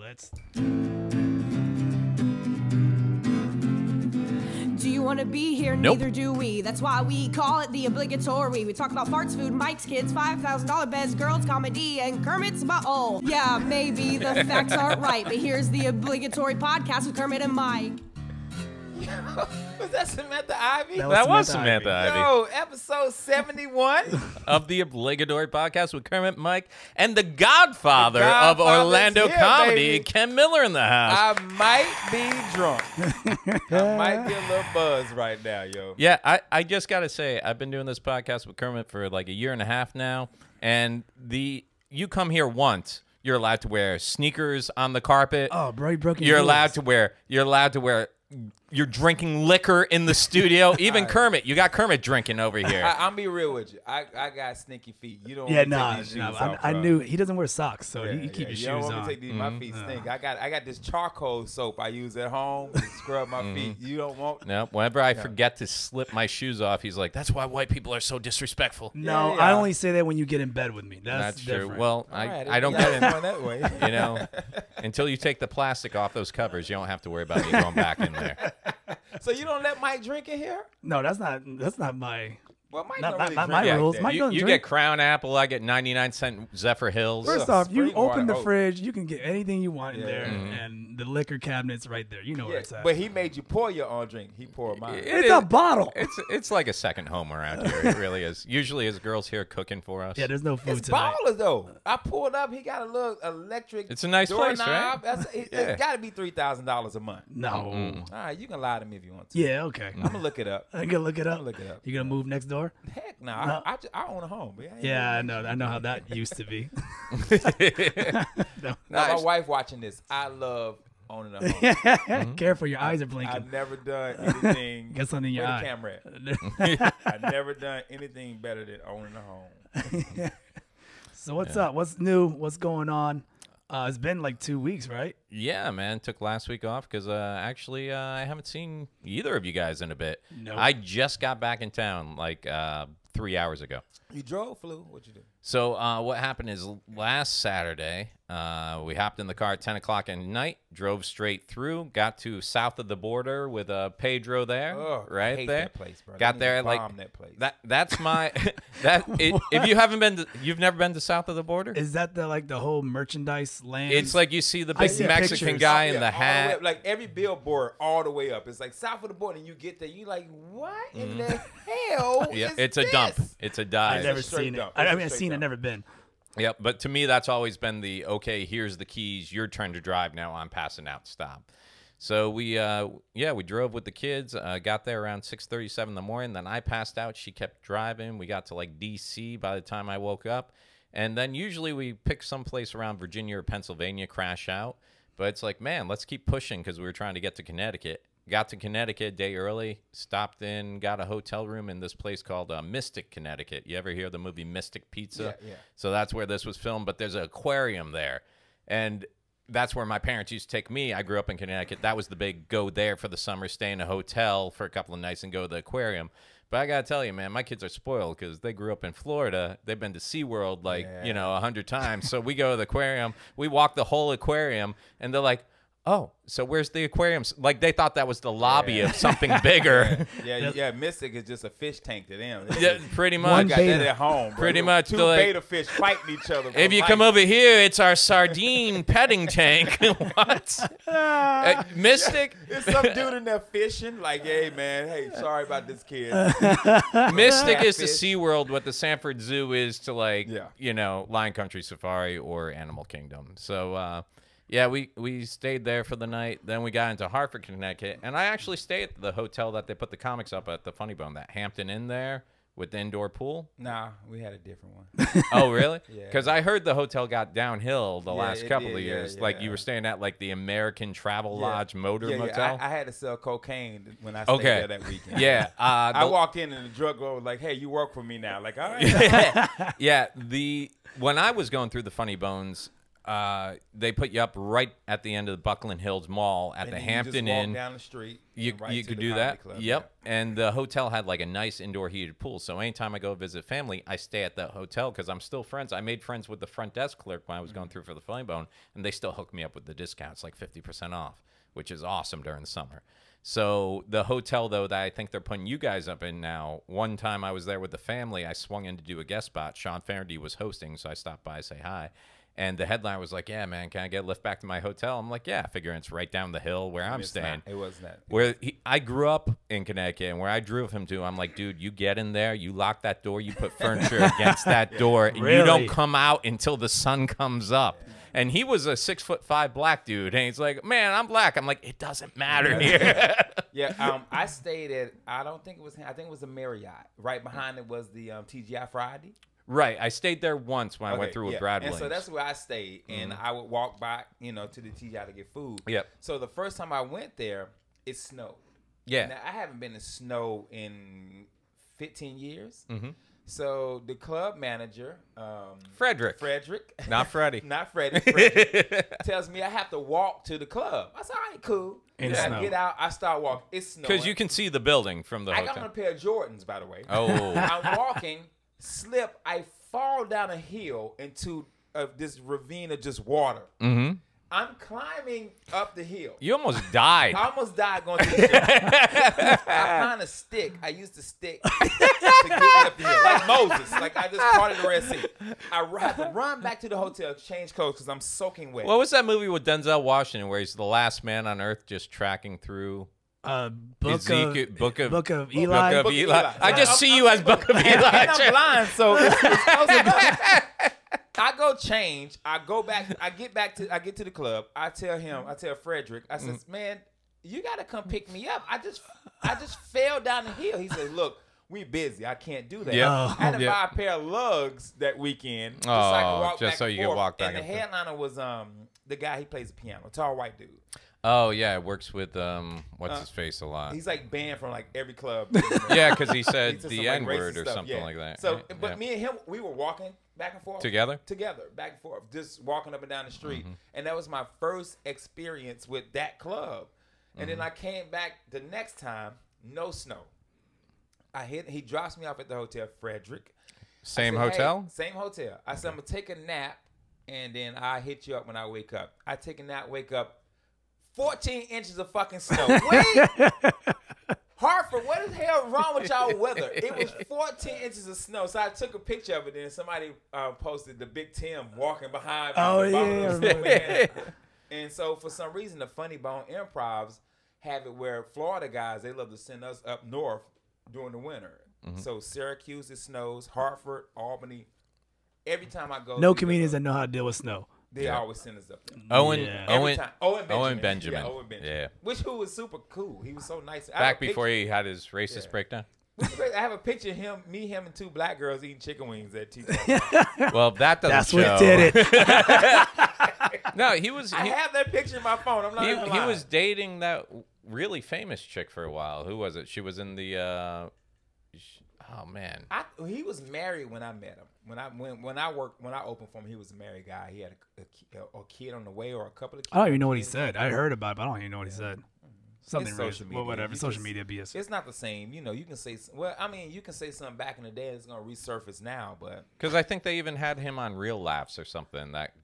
that's Do you want to be here? Nope. Neither do we. That's why we call it the obligatory. We talk about farts, food, Mike's kids, $5,000 beds, girls, comedy, and Kermit's butthole. Yeah, maybe the facts aren't right, but here's the obligatory podcast with Kermit and Mike. Was that Samantha Ivy? That That was Samantha Samantha Ivy. Yo, episode 71. of the obligatory podcast with Kermit Mike and the Godfather of Godfather's Orlando here, comedy, baby. Ken Miller in the house. I might be drunk. I might be a little buzz right now, yo. yeah, I, I just got to say, I've been doing this podcast with Kermit for like a year and a half now, and the you come here once, you're allowed to wear sneakers on the carpet. oh, bro, you broke. you're allowed to wear. You're allowed to wear. You're drinking liquor in the studio. Even Kermit, you got Kermit drinking over here. I, I'm be real with you. I, I got sneaky feet. You don't. Yeah, want me to nah, take these nah, shoes I, off, I bro. knew he doesn't wear socks, so Yeah, you, you keep yeah. your you don't shoes want me on. Mm-hmm. to take these. My feet stink. I got I got this charcoal soap I use at home to scrub my Mm-hmm. feet. You don't want. No, whenever I forget to slip my shoes off, he's like, "That's why white people are so disrespectful." No, Yeah, I yeah. only say that when you get in bed with me. That's, That's true. different. Well, I, All right, I don't y'all get in. going that way. You know, until you take the plastic off those covers, you don't have to worry about me going back in there. So you don't let Mike drink in here? no, that's not that's not my. Well, Mike Not- don't not- really not drink my like rules. that. Mike- I You, don't you drink. get Crown Apple. I get 99 cent Zephyr Hills. First Ugh, off, you spring open water, the oh. fridge, you can get anything you want in Yeah. there, and the liquor cabinet's right there. You know where Yeah, it's at. but he made you pour your own drink. He poured mine. It it's is- a bottle. It's it's like a second home around here. It really is. Usually, his girls here cooking for us. yeah, there's no food It's tonight. baller though. I pulled up. He got a little electric. It's a nice place, right? That's, it, Yeah. has got to be three thousand dollars a month. No. All right, you can lie to me if you want to. Yeah. Okay. I'm gonna look it up. I can look it up. look it up. You gonna move next door? Heck no, I, I, ju- I own a home. man. I ain't Yeah, I doing know. I know how that used to be. no. that. Now, Nice. my wife watching this. I love owning a home. Mm-hmm. Careful, your eyes are I've blinking. never done anything. Get something in your Where the eye. camera at? I've never done anything better than owning a home. so what's up? What's new? What's going on? Uh, it's been like two weeks, right? Yeah, man. Took last week off because uh, actually uh, I haven't seen either of you guys in a bit. No. I just got back in town like uh, three hours ago. You drove, flew. What you do? So uh, what happened is last Saturday, uh, we hopped in the car at 10 o'clock at night, drove straight through, got to south of the border with uh, Pedro there, Ugh, I right hate there. that place, bro. They Got need to there bomb like that place. that's my that it, if you haven't been, to, you've never been to south of the border. Is that the like the whole merchandise land? It's like you see the I big see Mexican pictures. guy Oh, Yeah, in all the way hat. up. like every billboard, all the way up. It's like south of the border, and you get there, you like, what in the hell? Mm-hmm. yeah, is it's a this? dump. It's a dive. I've never a straight seen it. dump. I, It's I a mean, I've straight seen it, dump. never been. Yep, but to me that's always been the okay, here's the keys, your turn to drive now, I'm passing out, stop. So we uh yeah, we drove with the kids, uh, got there around 6:37 in the morning, then I passed out, she kept driving. We got to like DC by the time I woke up. And then usually we pick someplace around Virginia or Pennsylvania crash out, but it's like, man, let's keep pushing cuz we were trying to get to Connecticut. Got to Connecticut day early, stopped in, got a hotel room in this place called uh, Mystic, Connecticut. You ever hear the movie Mystic Pizza? Yeah, yeah. So that's where this was filmed, but there's an aquarium there. And that's where my parents used to take me. I grew up in Connecticut. That was the big go there for the summer, stay in a hotel for a couple of nights and go to the aquarium. But I got to tell you, man, my kids are spoiled because they grew up in Florida. They've been to SeaWorld like, you know, a hundred times. so we go to the aquarium, we walk the whole aquarium, and they're like, oh, so where's the aquarium? Like they thought that was the lobby of something bigger. Yeah, yeah. Mystic is just a fish tank to them. It's yeah, just- pretty I much. got that beta. at home. Bro. Pretty much, Two they're like- beta fish fighting each other. for If you life. come over here, it's our sardine petting tank. what? Uh, Mystic There's some dude in there fishing, like, hey man, hey, sorry about this kid. Yeah, Mystic is to Catfish. SeaWorld what the Sanford Zoo is to like Yeah. you know, Lion Country Safari or Animal Kingdom. So uh yeah, we, we stayed there for the night. Then we got into Hartford, Connecticut, and I actually stayed at the hotel that they put the comics up at the Funny Bone, that Hampton Inn there with the indoor pool. Nah, we had a different one. Oh, really? Yeah. Because I heard the hotel got downhill the last it couple did. of Yeah, years. Like you yeah. were staying at like the American Travel Yeah. Lodge Motor yeah, Motel. Yeah, I, I had to sell cocaine when I stayed Okay. there that weekend. Yeah, uh, I the- walked in and the drug lord was like, hey, you work for me now. Like, all right. yeah, the when I was going through the funny bones, uh, they put you up right at the end of the Buckland Hills Mall at And the then you just Hampton walk Inn. down the street. you, and right you to could the do comedy that. club, yep. And the hotel had like a nice indoor heated pool. So anytime I go visit family, I stay at the hotel because I'm still friends. I made friends with the front desk clerk when I was going Mm-hmm. through for the funny bone, and they still hook me up with the discounts, like 50% off, which is awesome during the summer. So the hotel though that I think they're putting you guys up in now. One time I was there with the family, I swung in to do a guest spot. Sean Faraday was hosting, so I stopped by to say hi. And the headline was like, "Yeah, man, can I get a lift back to my hotel?" I'm like, "Yeah, figuring it's right down the hill where I'm It's not- staying." It was not. Where he, I grew up in Connecticut, and where I drove him to, I'm like, dude, you get in there, you lock that door, you put furniture against that door, and you Really? don't come out until the sun comes up. And he was a six foot five black dude, and he's like, man, I'm black. I'm like, it doesn't matter here. Yeah, um, I stayed at. I don't think it was. I think it was a Marriott. Right behind it was the um, TGI Friday. right. I stayed there once when I went Okay, through yeah. with Brad And so Williams. Mm-hmm. that's where I stayed, and I would walk by, you know, to the TGI to get food. Yep. So the first time I went there, it snowed. yeah. Now I haven't been in snow in 15 years. Mm-hmm. So the club manager, um, Frederick. Frederick, Not Freddie. not Freddie, Frederick, tells me I have to walk to the club. I said, "All right, cool." In Then snow. I get out. I start walking. It's snowing. Because you can see the building from the I got on a hotel. pair of Jordans, by the way. Oh. I'm walking, slip, I fall down a hill into uh, this ravine of just water. Mm-hmm. I'm climbing up the hill. you almost died. I almost died going to the show. I found a stick. I used the stick to get up here, like Moses. Like I just parted the Red Sea. I ru- had to run back to the hotel, change clothes because I'm soaking wet. What was that movie with Denzel Washington where he's the last man on earth just tracking through? Uh, book Ezekiel- of Book of- book of Eli. Book of E- Eli. I just I'm- see you as Book of Eli. and I'm blind, so it's, it's close enough. I go change. I go back. I get back to. I get to the club. I tell him. I tell Frederick. I says, Mm. "Man, you gotta come pick me up. I just, I just fell down the hill." He says, "Look, we busy. I can't do that. Yeah. I had to Yeah. buy a pair of lugs that weekend just so I could Oh, walk just back so and you could forth. walk back And the and forth. headliner was um the guy he plays the piano, tall white dude. Oh yeah, it works with um, what's his face a lot. Uh, He's like banned from like every club. Yeah, because he said He said the some, like, N racist word or stuff, something yeah. like that. So, right? but Yeah. me and him, we were walking back and forth Together? Mm-hmm. together, back and forth, just walking up and down the street, and that was my first experience with that club. And Mm-hmm. then I came back the next time, no snow. I hit. He drops me off at the hotel, Frederick. I same said, "Hey," hotel. same hotel. I said I'm gonna take a nap, and then I hit you up when I wake up. I take a nap, wake up, 14 inches of fucking snow. Wait. Hartford, what the hell wrong with y'all weather? It was 14 inches of snow, so I took a picture of it, and somebody uh, posted the Big Tim walking behind. me Oh, with a bottle of yeah, I snow in remember hand. and so for some reason, the Funny Bone Improvs have it where Florida guys they love to send us up north during the winter. Mm-hmm. So Syracuse it snows, Hartford, Albany. Every time I go, no we go comedians up. that know how to deal with snow. They always send us up there. Owen, Yeah. Every Owen, time. Owen Benjamin. Owen Benjamin. Yeah, Owen Benjamin. Yeah. Which who was super cool. He was so nice. I have a Back before picture- he had his racist breakdown. I have a picture of him, me, him, and two black girls eating chicken wings at T. Well, that doesn't. That's show. what did it. No, he was. I He, have that picture in my phone. I'm not. he, even he lying. was dating that really famous chick for a while. Who was it? She was in the. Uh, sh- oh man. I, he was married when I met him. When I when when I worked when I opened for him, he was a married guy. He had a, a, ki- a- a kid on the way or a couple of. kids. I don't even know what he It's- said. I heard about it, but I don't even know what he said. Something social racist. media. Well, whatever. You Social just- media BS. It's not the same, you know. You can say s- well, I mean, you can say something back in the day. It's gonna resurface now, but Because I think they even had him on Real Laughs or something that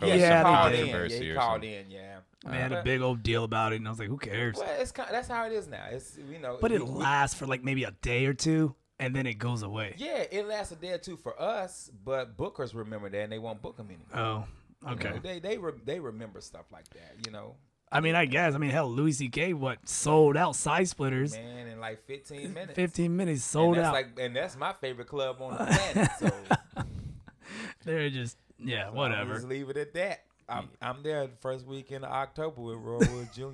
Yeah, posed they some did. called in. Yeah, controversy he or called something. in. Yeah, They had a But- big old deal about it, and I was like, who cares? Well, it's kind that's how it is now. It's you know, But we- it we- lasts for like maybe a day or two, and then it goes away. Yeah, it lasts a day or two for us, but bookers remember that and they won't book them anymore. Oh, You know, okay. They they re- they remember stuff like that, you know, I mean, I guess. I mean, hell, Louis C.K. what sold out side splitters. man. In like fifteen minutes, Fifteen minutes and sold that's out. like, and that's my favorite club on the planet. So They're just yeah, I'll whatever. just leave it at that. I'm I'm there the first weekend of October with Roy Wood Jr.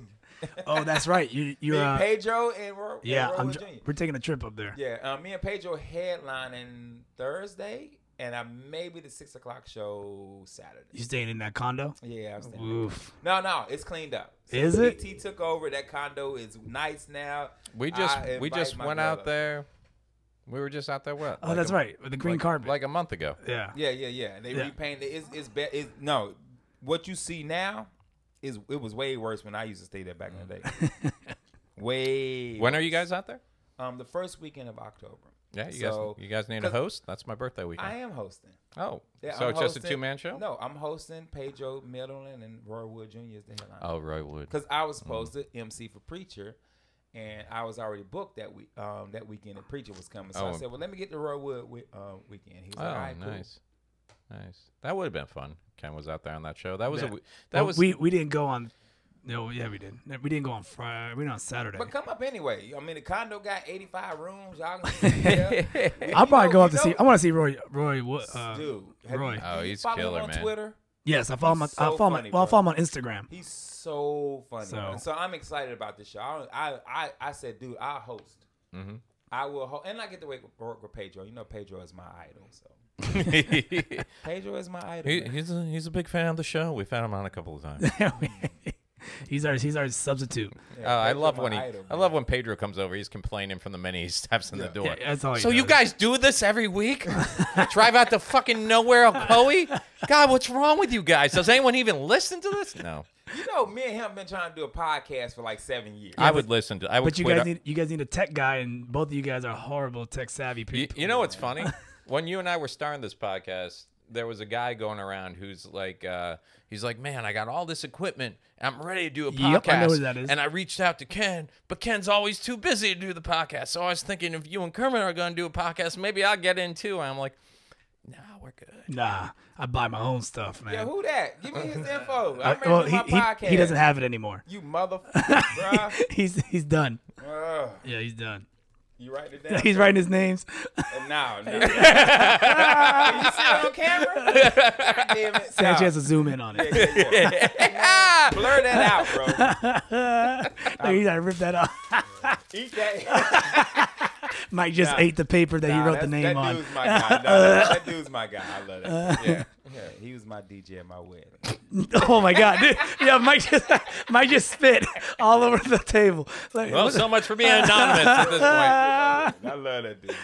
Oh, that's right. You Me, you're uh, Pedro, and Roy, and yeah. Roy I'm, Wood j- Jr. we're taking a trip up there. Yeah, um, me and Pedro headlining Thursday, and I maybe the six o'clock show You Saturday. staying in that condo? Yeah, I'm standing. Oof. No, no, it's cleaned up. Is it? PT took over. That condo is nice now. We just I we invite just my went out brother. there. We were just out there. What? Oh, like that's a- right. With the green like, carpet. Like a month ago. yeah. Yeah, yeah, yeah. They Yeah. repainted. It's it's, be, it's no. what you see now is it was way worse when I used to stay there back in the day. way. Mm. When are you guys out there? Um, the first weekend of October. Yeah, you So- guys. You guys need a 'cause- host. That's my birthday weekend. I am hosting. oh, Yeah, so I'm it's just a hosting- two man show. No, I'm hosting Pedro Middleton and Roy Wood Jr. is the headline. Oh, Roy Wood. because I was supposed to MC for Preacher, and I was already booked that week. Um, that weekend, and Preacher was coming, so I Oh. said, "Well, let me get the Roy Wood wi- um, weekend." He was Oh, like, "All right, cool." nice, nice. That would have been fun. Ken was out there on that show. That was a Yeah. w- that Well, was we we didn't go on. No, yeah, we didn't. No, We didn't go on Friday. We didn't on Saturday. But come up anyway. I mean, the condo got 85 rooms. Y'all can sleep there. We- I'll you probably know- go up you to see. know- I want to see Roy. Roy. What? Uh, Dude, have you- Roy. do Oh, you he's follow him killer, on man. Twitter? yes, I follow him. on- He's I so follow him. funny, on- Well, I bro. follow him on Instagram. He's so funny. So- man. So, I'm excited about this show. I I I, I said, dude, I'll host. Mm-hmm. I will host, and I get to work with, work with Pedro. You know, Pedro is my idol. So Pedro is my idol. he, man. he's a, he's a big fan of the show. We've had him on a couple of times. he's our he's our substitute. Yeah, Oh, I Pedro's love my when he idol, I man. love when Pedro comes over. He's complaining from the minute he steps in the door. Oh, Yeah, that's all he so you does. guys do this every week? Drive out to fucking nowhere, Okoe? God, what's wrong with you guys? Does anyone even listen to this? No, You know, me and him been trying to do a podcast for like seven years. I would listen to. I would. But you quit guys our- need you guys need a tech guy, and both of you guys are horrible tech savvy You, people. you know what's funny? when you and I were starting this podcast, there was a guy going around who's like, uh, he's like, man, I got all this equipment. I'm ready to do a podcast. Yep, I know who that is. And I reached out to Ken, but Ken's always too busy to do the podcast. So I was thinking if you and Kermit are going to do a podcast, maybe I'll get in too. And I'm like, nah, we're good. Nah, I buy my own stuff, man. Yeah, who that? Give me his info. I- I'm ready well, to do my he, podcast. he, he doesn't have it anymore. You motherfucker, he's he's done. bruh. Ugh. Yeah, he's done. Uh, You write it down. He's writing his names. Uh, No, no. you see it on camera? Damn it. Sanchez No. has to zoom in on it. Blur that out, bro. No, you gotta rip that off. Eat that. Mike just ate the paper that he wrote the name that on. Uh. Dude's my guy. No, that dude's my guy. I love that. Yeah. yeah. He was my DJ at my wedding. Oh my god, dude. Yeah, Mike just Mike just spit all over the table. Like, Well, so much for being anonymous at this point. I love that dude,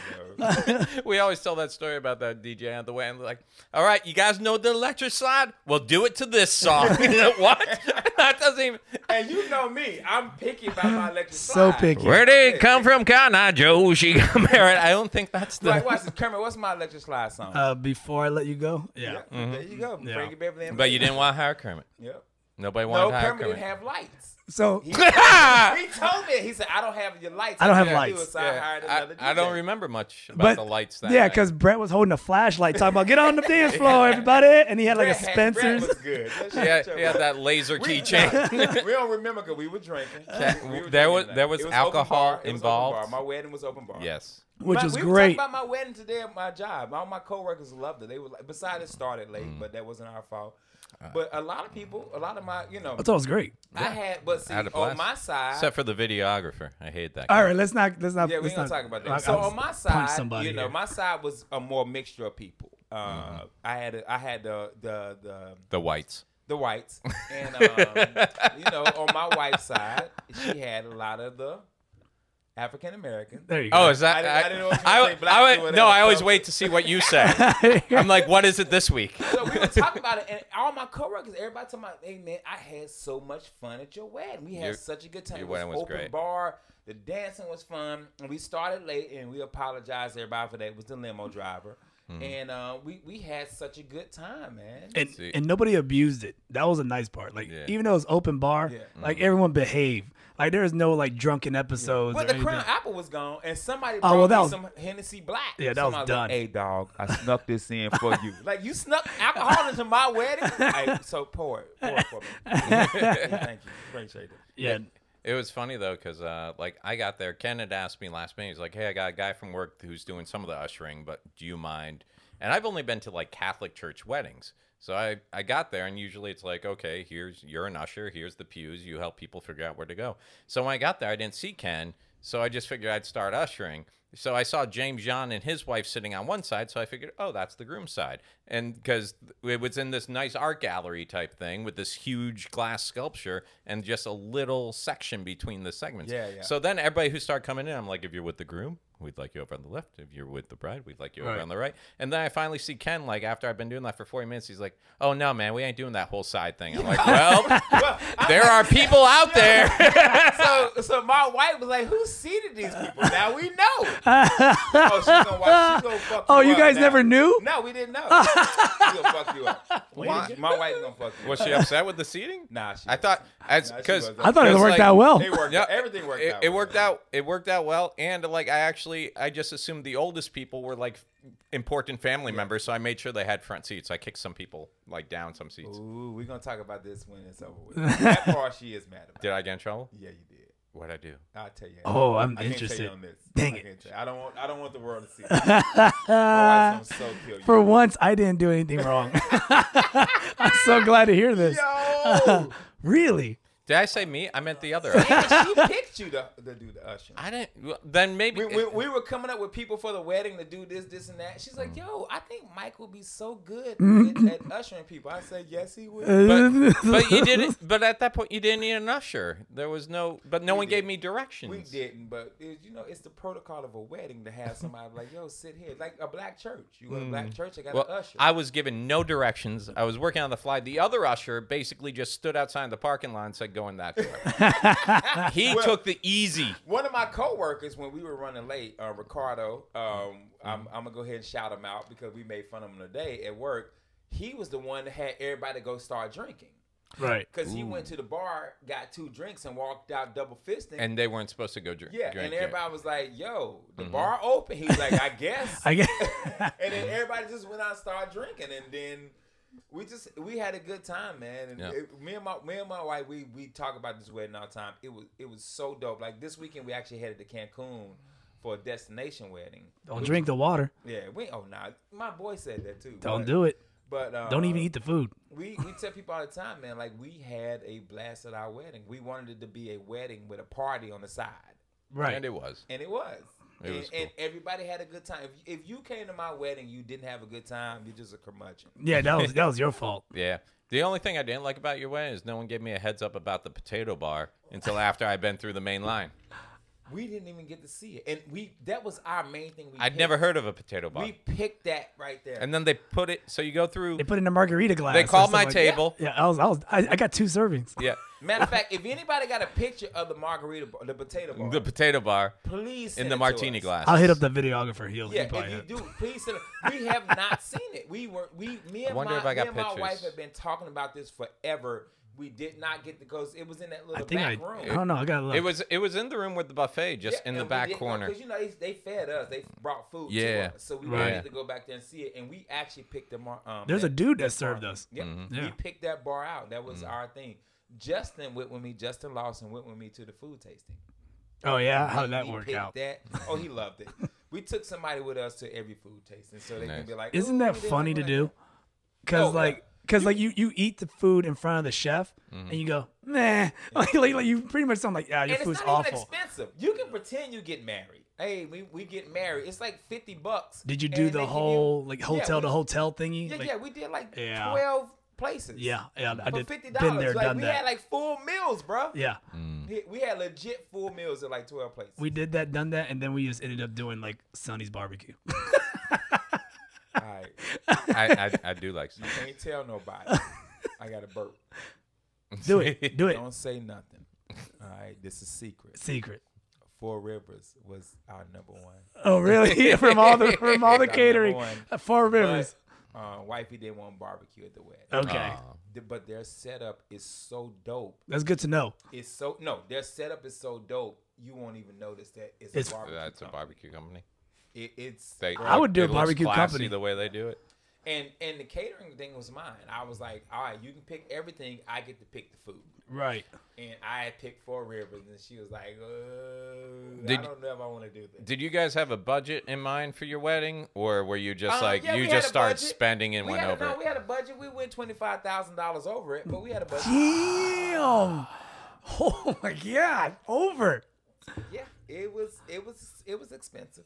bro. We always tell that story about that DJ at the way, and like, all right, you guys know the electric slide? Well, do it to this song. what? that doesn't even. And you know me. I'm picky about my electric so slide. picky. Where did it come from, Cotton Eye Joe? She got married. I don't think that's the. Like, watch this, Kermit. What's my electric slide song? Uh, before I let you go, yeah. There you go. Frankie Beverly. and Mm-hmm. But you didn't want to hire Kermit. Yep. Nobody wanted No, to hire Kermit Kermit. didn't have lights. So He told me. He said, "I don't have your lights. I don't have said, "I do," lights. So I hired I, another I DJ. don't remember much about but the lights. That yeah, night. because Brett was holding a flashlight, talking about get on the dance floor, everybody, and he had like a Brett had- Brett Spencer's. was good. That shit yeah, was your- yeah, that laser We- keychain. we don't remember because we were drinking. We were there drinking was- that. there was It open alcohol bar. It was open involved. bar. My wedding was open bar. yes. which My- is we great. Were talking about my wedding today at my job. All my coworkers loved it. They were like, besides it started late, Mm. but that wasn't our fault. Uh, But a lot of people, a lot of my, you know, I thought it was great. I had, but see, I had a on blast. my side, Except for the videographer. I hate that. All guy. right, let's not let's not. Yeah, we're let's gonna not- talk about I- I that. So was- on my punch side, somebody you know, here. my side was a more mixture of people. Uh, Mm-hmm. I had a, I had the the the, The whites. the whites, and um, you know, on my wife's side, she had a lot of the African Americans. there you Oh, go. is that? I didn't- I didn't know if you were I- gonna say black I or would- whatever, no, I always so- wait to see what you say. I'm like, what is it this week? So we were talking about it, and all my coworkers, everybody told me, "Hey man, I had so much fun at your wedding. We had Your- such a good time. your It wedding was open great. bar. The dancing was fun. And we started late, and we apologized to everybody for that. It was the limo driver, Hmm. and uh, we we had such a good time, man. And, See. and nobody abused it. That was a nice part. Like Yeah. even though it was open bar, Yeah. Mm-hmm. like everyone behaved. Like there was no like drunken episodes. but or the anything. crown apple was gone, and somebody Oh, brought well, that me was- some Hennessy Black. Yeah, that was Somebody done. Hey, dog, I snuck this in for you. Like you snuck alcohol into my wedding. Hey, so pour it, pour it for me. Thank you, appreciate it. yeah, It was funny though, cause uh, like I got there, Ken had asked me last minute. He's like, "Hey, I got a guy from work who's doing some of the ushering, but do you mind?" And I've only been to like Catholic church weddings, so I I got there, and usually it's like, "Okay, here's you're an usher, here's the pews, you help people figure out where to go." So when I got there, I didn't see Ken, so I just figured I'd start ushering. So I saw James John and his wife sitting on one side, so I figured, oh, that's the groom's side. And because it was in this nice art gallery type thing with this huge glass sculpture and just a little section between the segments. Yeah, yeah. So then everybody who started coming in, I'm like, if you're with the groom, We'd like you over on the left. If you're with the bride, we'd like you Right. over on the right. And then I finally see Ken, like, after I've been doing that for 40 minutes, he's like, oh, no, man, we ain't doing that whole side thing. I'm like, well, there are people out there. so, so my wife was like, "Who seated these people?" Now we know. oh, she's gonna watch. She's gonna fuck Oh, you, you up guys now. never knew? No, we didn't know. she's gonna fuck you up. My, my wife's gonna fuck you. Was up. she upset with the seating? Nah, she I thought, as Nah, she because was I thought it It's worked like- out well. They worked. Yeah, out. Everything worked it, out. It worked out. It worked out well, and like I actually, I just assumed the oldest people were like important family members, so I made sure they had front seats. I kicked some people like down some seats. Ooh, we're gonna talk about this when it's over with. that part she is mad about. Did I get in trouble? Yeah, you did. What'd I do? I'll tell you. Oh, I'm I can't tell interested. you on this. Dang I it. can't tell- I don't want. I don't want the world to see. That. My wife's gonna so kill you. For once, I didn't do anything wrong. I'm so glad to hear this. Yo, Really? Did I say me? I meant the other. and she picked you to, to do the ushering. I didn't. well, Then maybe. we, we, we were coming up with people for the wedding to do this, this, and that. She's like, Mm. "Yo, I think Mike would be so good Mm-hmm. at, at ushering people." I said, "Yes, he would." but, but you didn't. But at that point, you didn't need an usher. There was no. But no one gave me directions. We didn't, but it, you know, it's the protocol of a wedding to have somebody like, "Yo, sit here," like a black church. You go to a black church, I got Mm. Well, an usher. I was given no directions. I was working on the fly. The other usher basically just stood outside the parking lot and said, "Go in that door." he Well- took the easy. One of my coworkers, when we were running late, uh, Ricardo, um, I'm, Mm. I'm gonna go ahead and shout him out because we made fun of him today at work. He was the one that had everybody go start drinking Right. because he went to the bar, got two drinks, and walked out double fisting. and Mm-hmm. they weren't supposed to go drink. yeah, drink and yet. everybody was like, "Yo, the bar open." He was like, "I guess," I guess. and then everybody just went out and started drinking, and then. We just we had a good time, man. And Yeah. it- me and my me and my wife, we we talk about this wedding all the time. It was it was so dope. Like this weekend, we actually headed to Cancun for a destination wedding. Don't drink the water. Yeah, we oh nah, my boy said that too. Don't but, do it. But uh, Don't even eat the food. we we tell people all the time, man. Like we had a blast at our wedding. We wanted it to be a wedding with a party on the side. And it was. And it was. It and, was and everybody had a good time. If, if you came to my wedding, you didn't have a good time. You're just a curmudgeon. Yeah, that was that was your fault. Yeah. The only thing I didn't like about your wedding is no one gave me a heads up about the potato bar until after I'd been through the main line. We didn't even get to see it, and we that was our main thing. We I'd picked. never heard of a potato bar. We picked that right there. and then they put it. So you go through. They put it in a margarita glass. They or called my something like- table. Yeah, I was I was I, I got two servings. Yeah. Matter of fact, if anybody got a picture of the margarita, bar, the potato bar, The potato bar please in send it the to martini us. glass. I'll hit up the videographer. He'll Yeah, he probably if hit. you do, please send it. We have not seen it. We were we me and wonder my if I got me and my pictures. wife have been talking about this forever. We did not get to go. It was in that I little think I, back room. I don't know. I got to look. It was it was in the room with the buffet, just in the back corner. Because you know they, they fed us, they brought food. Yeah. to us, so we Right. didn't need to go back there and see it. And we actually picked the mar- um. There's a dude that bar. served us. Yep. Mm-hmm. Yeah. we picked that bar out. That was our thing. Justin went with me. Justin Lawson went with me to the food tasting. Oh yeah, how did that He work picked out? That. Oh, he loved it. we took somebody with us to every food tasting, so they can Nice. be like, Isn't "Ooh, that we did funny like to that." do? Cause Oh, like, cause like you you eat the food in front of the chef and you go nah, like, like, like you pretty much sound like yeah your Mm-hmm. and food's it's not even awful. expensive. You can pretend you get married. Hey, we, we get married. It's like fifty bucks. Did you and do they the give you- whole like Yeah, hotel we- to hotel thingy? Yeah, Like, yeah, we did like Yeah. twelve places. yeah, yeah, I for did. fifty Been dollars. there, like, done we that. had like Mm. full meals, bro. yeah, Mm. We- we had legit full meals at like twelve places. we did that, done that, and then we just ended up doing like Sonny's barbecue. All right, I, I I do like. Some. can't tell nobody. I got to burp. do it, do it. Don't say nothing. All right, this is secret. Secret. Four Rivers was our number one. Oh really? from all the from all the Got number catering, one. at Four Rivers. Oh. But, uh, wifey didn't want barbecue at the wedding. Okay, The- But their setup is so dope. that's good to know. It's so no, their setup is so dope. You won't even notice that it's, It's- a barbecue. that's a company. barbecue company. It, it's They, I would do it a looks barbecue classy company. the way they do it. and and the catering thing was mine. I was like, all right, you can pick everything. I get to pick the food. Right. And I had picked Four Rivers, and she was like, uh, Did- I don't know if I want to do that. Did you guys have a budget in mind for your wedding, or were you just Um, like yeah, you we had just a started budget. spending and we went had over? A, it? no, we had a budget. We went twenty five thousand dollars over it, but we had a budget. Damn. Oh my god. Over. yeah, it was it was it was expensive,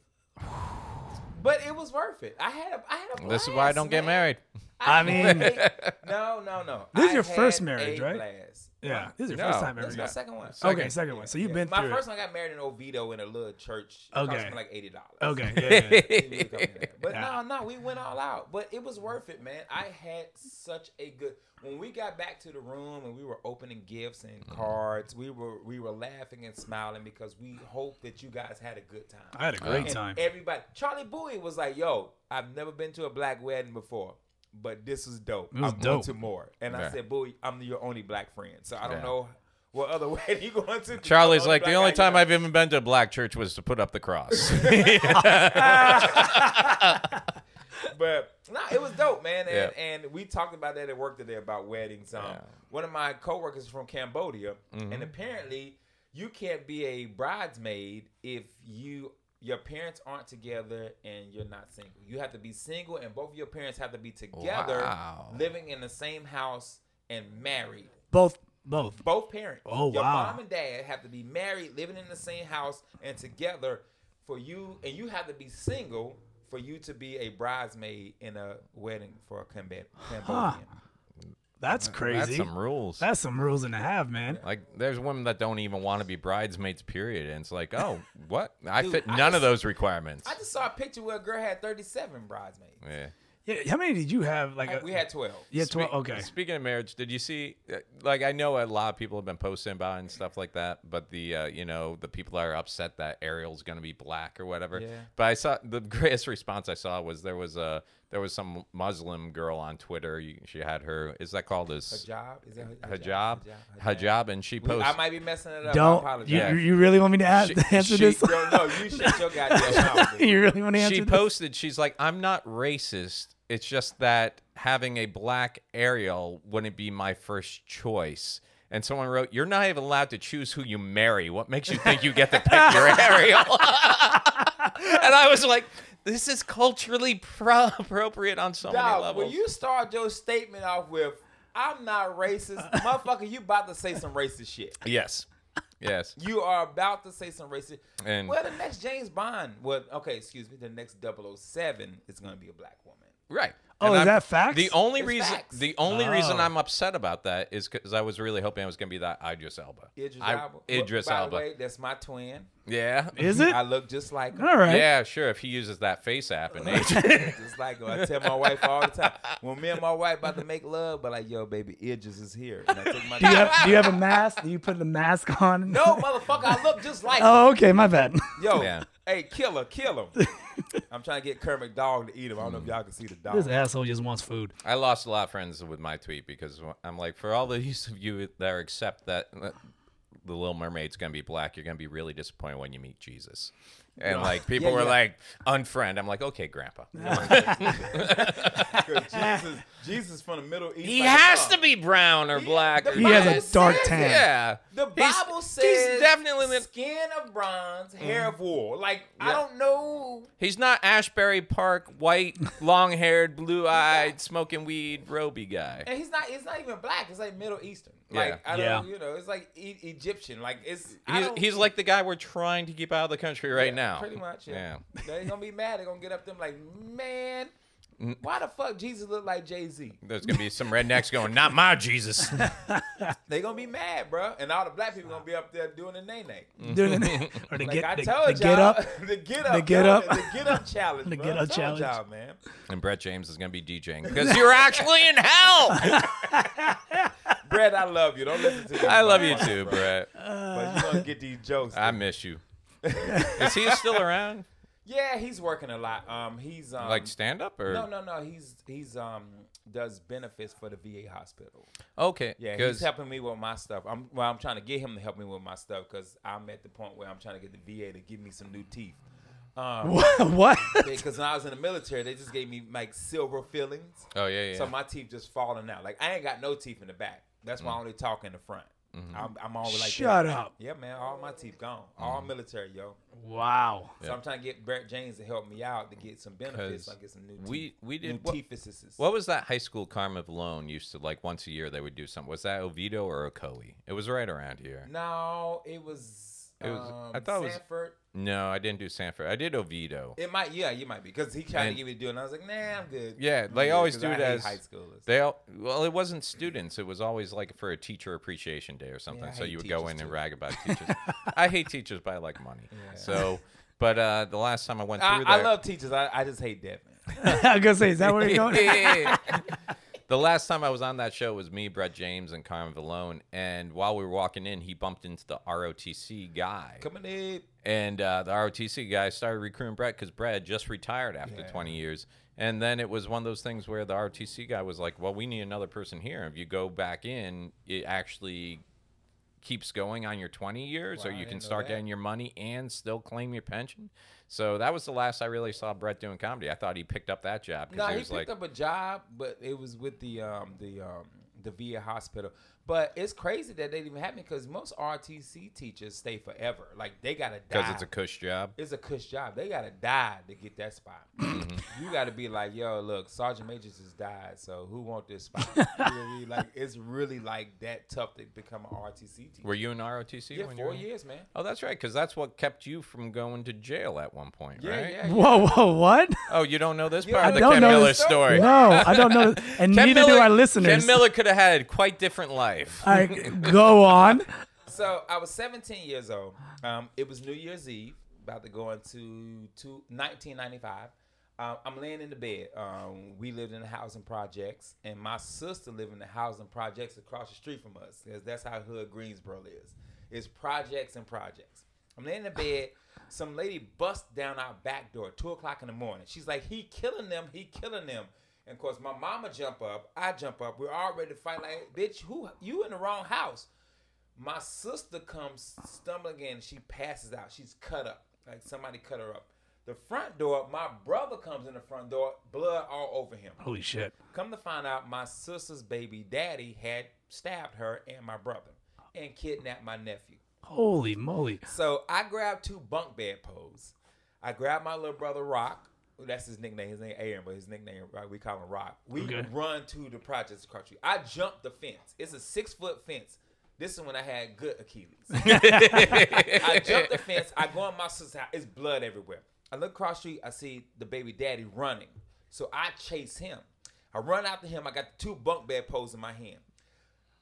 but it was worth it. I had a I had a. This is blast, why I don't get man. married. I had mean- a- no, no, no. This is I your first had marriage, a right? blast. Yeah, this is your No, first time That's ever. my got- second one. okay, second one. So you've been My through. first one I got married in Oviedo in a little church. It Okay. cost me like eighty dollars. it. Okay. yeah, yeah, yeah. But Yeah. no, no, we went all out. But it was worth it, man. I had such a good when we got back to the room and we were opening gifts and Mm-hmm. cards, we were we were laughing and smiling because we hoped that you guys had a good time. I had a great And time. Everybody Charlie Bowie was like, yo, I've never been to a black wedding before. But this was dope. It was I'm dope. going to more. And I Yeah. said, Bowie, I'm your only black friend. So I don't Yeah. know what other wedding you going to. Charlie's I'm like the black only guy you time know." I've even been to a black church was to put up the cross. But no, it was dope, man. And, Yeah. and we talked about that at work today about weddings. Um, Yeah. Mm-hmm. one of my coworkers is from Cambodia, and apparently you can't be a bridesmaid if you your parents aren't together and you're not single. You have to be single, and both of your parents have to be together, Wow. living in the same house and married. Both, both. Both parents. Oh, Your wow. mom and dad have to be married, living in the same house, and together for you, and you have to be single for you to be a bridesmaid in a wedding for a Cambo- Cambodian. That's crazy. That's some rules. That's some rules and a half, man. like there's women that don't even want to be bridesmaids, period. And it's like, oh, what? I Dude, fit I none of just- those requirements. I just saw a picture where a girl had 37 bridesmaids. yeah. Yeah, how many did you have? Like Like, a- we had 12. Yeah, twelve. Spe- Okay. Speaking of marriage, did you see? uh, Like, I know a lot of people have been posting about it and stuff like that, but the uh, you know the people that are upset that Ariel's going to be black or whatever. Yeah. But I saw the greatest response I saw was there was a there was some Muslim girl on Twitter. you- She had her is that called as Hijab? Is that hi- hijab Hijab. hijab, and she We- posted. I might be messing it up. I Don't apologize. you, you really want me to ask, She- answer she- this? Yo, no, you shut your goddamn mouth. you really want to answer she this? posted she's like i'm not racist it's just that having a black ariel wouldn't be my first choice and someone wrote you're not even allowed to choose who you marry what makes you think you get to pick your ariel and i was like this is culturally pro- appropriate on so many Dog, when levels you start your statement off with, I'm not racist, motherfucker, you about to say some racist shit. yes yes You are about to say some racist. And- well, the next James Bond, well, okay, excuse me, the next 007 is going to be a black woman. Right. Oh, is I'm- that facts? The only It's reason facts. the only reason Oh. I'm upset about that is because I was really hoping I was gonna be that Idris Elba. Idris I- Elba. Idris By Elba. the way, that's my twin. Yeah. Is it? I look just like him. All right. Yeah, sure. If he uses that face app and age. just like him. I tell my wife all the time. When me and my wife about to make love, but like, yo, baby, Idris is here. And I take my Do you, have, do you have a mask? Do you put the mask on? No, motherfucker, I look just like him. Oh, okay. My bad. Yo, Yeah. hey, kill her, kill him. I'm trying to get Kermit Dog to eat him. Mm. I don't know if y'all can see the dog. this asshole just wants food. I lost a lot of friends with my tweet because I'm like, for all the use of you there, except that uh, the Little Mermaid's gonna be black, you're gonna be really disappointed when you meet Jesus. And like people Yeah, were yeah. like, unfriend. I'm like, okay, grandpa. Jesus, Jesus from the Middle East. He like, has uh, to be brown or black. the or He has a Bible dark says tan. it. Yeah. The He's- Bible says he's definitely Mm-hmm. the- skin of bronze, hair of wool. Like I don't know. He's not Ashbury Park white, long-haired, blue-eyed, smoking weed, roby guy. And he's not. It's not even black. It's like Middle Eastern. Yeah. Like I don't. Yeah. You know. It's like e- Egyptian. Like it's. I He's, don't- he's like the guy we're trying to keep out of the country right now. Pretty much. Yeah. They're gonna be mad. They're gonna get up them like, man, Mm. why the fuck Jesus look like Jay Z? There's gonna be some rednecks going, "Not my Jesus." They gonna be mad, bruh. And all the black people gonna be up there doing the nay nay. Doing it- or to Like get I the, told the y'all, get up. the get up, The get yo, up. the get up challenge, The bro. get I up told challenge. y'all, man. and Brett James is gonna be DJing because you're actually in hell. Brett, I love you. Don't listen to this. I love you motherfucker, too, bro. Brett. But you gonna get these jokes. I miss you. Is he still around? yeah, he's working a lot. Um, he's um, Like stand up or no, no, no. He's he's um does benefits for the VA hospital. okay? Yeah, he's 'cause- helping me with my stuff. I'm well, I'm trying to get him to help me with my stuff because I'm at the point where I'm trying to get the VA to give me some new teeth. Um, what? because when I was in the military, they just gave me like silver fillings. oh yeah, yeah. So my teeth just falling out. Like I ain't got no teeth in the back. That's Mm. why I only talk in the front. Mm-hmm. I'm, I'm always like, Shut that. up. Yeah, man. All my teeth gone. Mm-hmm. All military, yo. Wow. So I'm trying to get Brett James to help me out to get some benefits. 'Cause Like get some new we- teeth. we did- new what- teeth assistance. what was that high school Karma Loan used to like once a year they would do something? Was that Oviedo or Ocoee? It was right around here. No, it was. It was. I um, thought it was. Sanford. No, I didn't do Sanford. I did Oviedo. It might, yeah, you might be, because he tried And- to give me the deal, and I was like, nah, I'm good. Yeah, I'm they good, always 'cause do I it hate as- high schoolers. They all, well, it wasn't students. It was always like for a teacher appreciation day or something. Yeah, I so hate you would go teachers in and too. rag about teachers. I hate teachers, but I like money. Yeah. So, but uh, the last time I went I, through I there, love teachers. I, I just hate Devin. I was gonna say, is that where you're going? Yeah. the last time I was on that show was me, Brett James, and Carmen Vallone. And while we were walking in, he bumped into the ROTC guy. Coming in. And uh, the ROTC guy started recruiting Brett because Brett had just retired after Yeah. 20 years. And then it was one of those things where the ROTC guy was like, well, we need another person here. If you go back in, it actually keeps going on your 20 years, or Wow, I you can didn't know start that. getting your money and still claim your pension. So that was the last I really saw Brett doing comedy. I thought he picked up that job No, because he he was like, picked up a job, but it was with the um the um the VA hospital. But it's crazy that they didn't even have me because most RTC teachers stay forever. Like they gotta die. because it's a cush job. it's a cush job. They gotta die to get that spot. Mm-hmm. You gotta be like, yo, look, Sergeant Majors has died, so who want this spot? you know what I mean? Like it's really like that tough to become an RTC teacher. Were you in ROTC? yeah, when you four were- years, man. Oh, that's right, because that's what kept you from going to jail at one point, Yeah, right? yeah, yeah. Whoa, whoa, what? Oh, you don't know this Yeah, part I of the don't Ken know Miller this story. No, I don't know. And Ken neither Miller, do our listeners. Ken Miller could have had quite different life. All right, go on. So I was 17 years old. Um, it was New Year's Eve, about to go into two, 1995. Um, I'm laying in the bed. Um, we lived in the housing projects, and my sister lived in the housing projects across the street from us, because that's how hood Greensboro is. It's projects and projects. I'm laying in the bed. Some lady busts down our back door, two o'clock in the morning. She's like, "He killing them. He killing them." And of course, my mama jump up. I jump up. We're all ready to fight. Like, bitch, who you in the wrong house? My sister comes stumbling in. She passes out. She's cut up. Like somebody cut her up. The front door, my brother comes in the front door, blood all over him. Holy shit. Come to find out, my sister's baby daddy had stabbed her and my brother and kidnapped my nephew. Holy moly. So I grabbed two bunk bed poles. I grabbed my little brother Rock. That's his nickname. His name Aaron, but his nickname Rock, we call him Rock. We Okay. run to the projects across the street. I jumped the fence. It's a six foot fence. This is when I had good Achilles. I jump the fence. I go in my sister's house. It's blood everywhere. I look across the street. I see the baby daddy running. So I chase him. I run after him. I got the two bunk bed poles in my hand.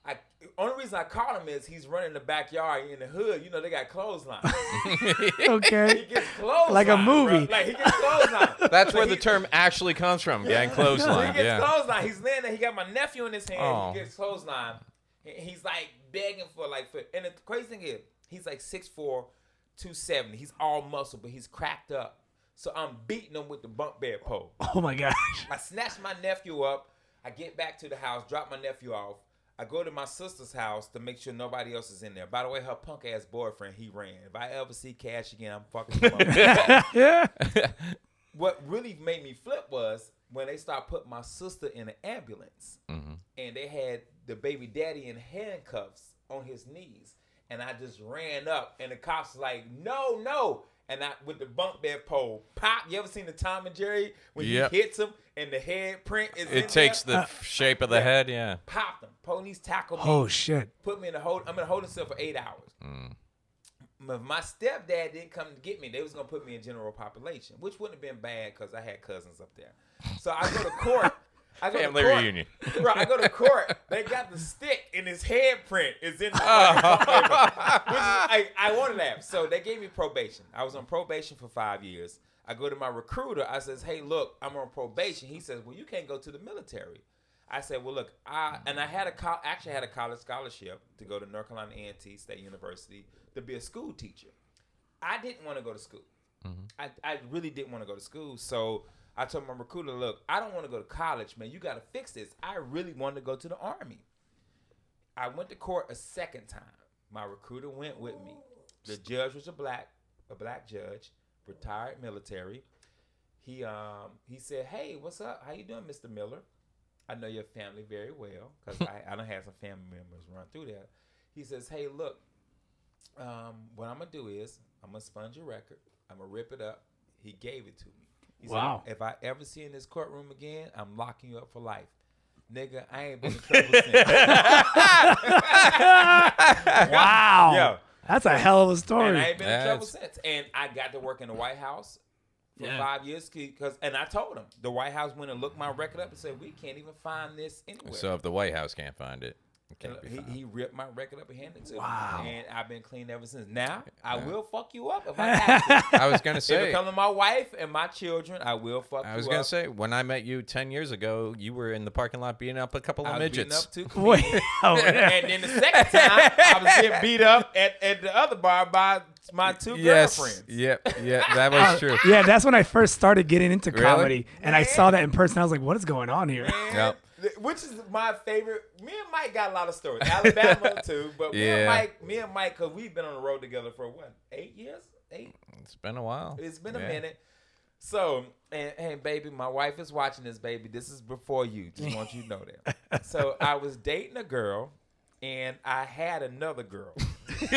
I only reason I caught him is he's running in the backyard in the hood. You know they got clothesline. he Okay. gets clothesline Like a bro. movie. Like he gets clothesline. That's So where the he- term actually comes from, gang clothesline. he gets Yeah. clothesline. He's laying there. He got my nephew in his hand. Oh. He gets clothesline. He- He's like begging for like for. And the crazy thing is, he's like 6'4", 270. He's all muscle, but he's cracked up. So I'm beating him with the bunk bed pole. Oh my gosh. I snatch my nephew up. I get back to the house, drop my nephew off. I go to my sister's house to make sure nobody else is in there. By the way, her punk ass boyfriend, he ran. If I ever see Cash again, I'm fucking him up. Yeah. what really made me flip was when they started putting my sister in an ambulance Mm-hmm. and they had the baby daddy in handcuffs on his knees and i just ran up and the cops was like no no and I, with the bunk bed pole, pop. You ever seen the Tom and Jerry when Yep. he hits him and the head print is in It takes there? the f- shape of the head, yeah. popped him. Police tackled me Oh shit. put me in a hold. I'm in a holding cell for eight hours. Mm. M- If my stepdad didn't come to get me, they was gonna put me in general population, which wouldn't have been bad because I had cousins up there. So I go to court. I go Family to court. reunion. Bro, I go to court. They got the stick in his handprint. Is in the which is, I, I want to laugh. So they gave me probation. I was on probation for five years. I go to my recruiter. I says, "Hey, look, I'm on probation." He says, "Well, you can't go to the military." I said, "Well, look, I and I had a col- actually had a college scholarship to go to North Carolina A&T State University to be a school teacher. I didn't want to go to school. I, I really didn't want to go to school. So I told my recruiter, look, I don't want to go to college, man. You got to fix this. I really wanted to go to the Army. I went to court a second time. My recruiter went with me. The judge was a black, a black judge, retired military. He um he said, "Hey, what's up? How you doing, Mr. Miller? I know your family very well because I I don't have some family members run through there." He says, "Hey, look, um, what I'm gonna do is I'm gonna sponge your record. I'm gonna rip it up. He gave it to me. He Wow. Said, if I ever see you in this courtroom again, I'm locking you up for life, nigga. I ain't been in trouble since. Wow. Yo, That's a hell of a story. And I ain't been in Yeah, trouble it's- since. And I got to work in the White House for Yeah. five years because, and I told them the White House went and looked my record up and said we can't even find this anywhere. So if the White House can't find it, it can't be Uh, he, found. he ripped my record up and handed it to Wow. me, and I've been clean ever since. Now I will fuck you up if I have to. I was gonna if say. it comes to my wife and my children, I will fuck you I was up. gonna say when I met you ten years ago, you were in the parking lot beating up a couple I of was beaten midgets. up too. Wait, oh, yeah. and then the second time, I was getting beat up at, at the other bar by my two yes, girlfriends. Uh, yep, yeah, that was true. Yeah, that's when I first started getting into Really? comedy, and I saw that in person. I was like, "What is going on here?" And Yep. th- Which is my favorite. Me and Mike got a lot of stories. Alabama too, but me Yeah. and Mike, me and Mike, cause we've been on the road together for what eight years? Eight. It's been a while. It's been a Yeah. minute. So, and hey, baby, my wife is watching this, baby. This is before you. Just want you to know that. so I was dating a girl, and I had another girl. so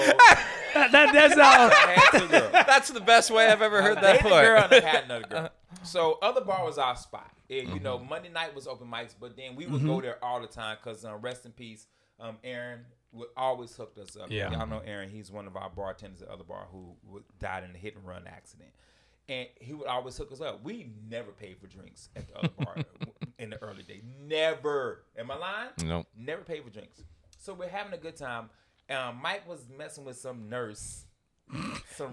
I That, that's how. had two girls. That's the best way I've ever heard I that dated a girl put. and I had another girl. So other bar was our spot. Yeah, You Mm-hmm. know, Monday night was open mics, but then we would go there all the time because um, rest in peace, um, Aaron would always hooked us up. Yeah. y'all know Aaron. He's one of our bartenders at other bar who w- died in a hit and run accident, and he would always hook us up. We never paid for drinks at the other bar in the early days. Never. Am I lying? Nope. Never paid for drinks. So we're having a good time. Um, Mike was messing with some nurse. Some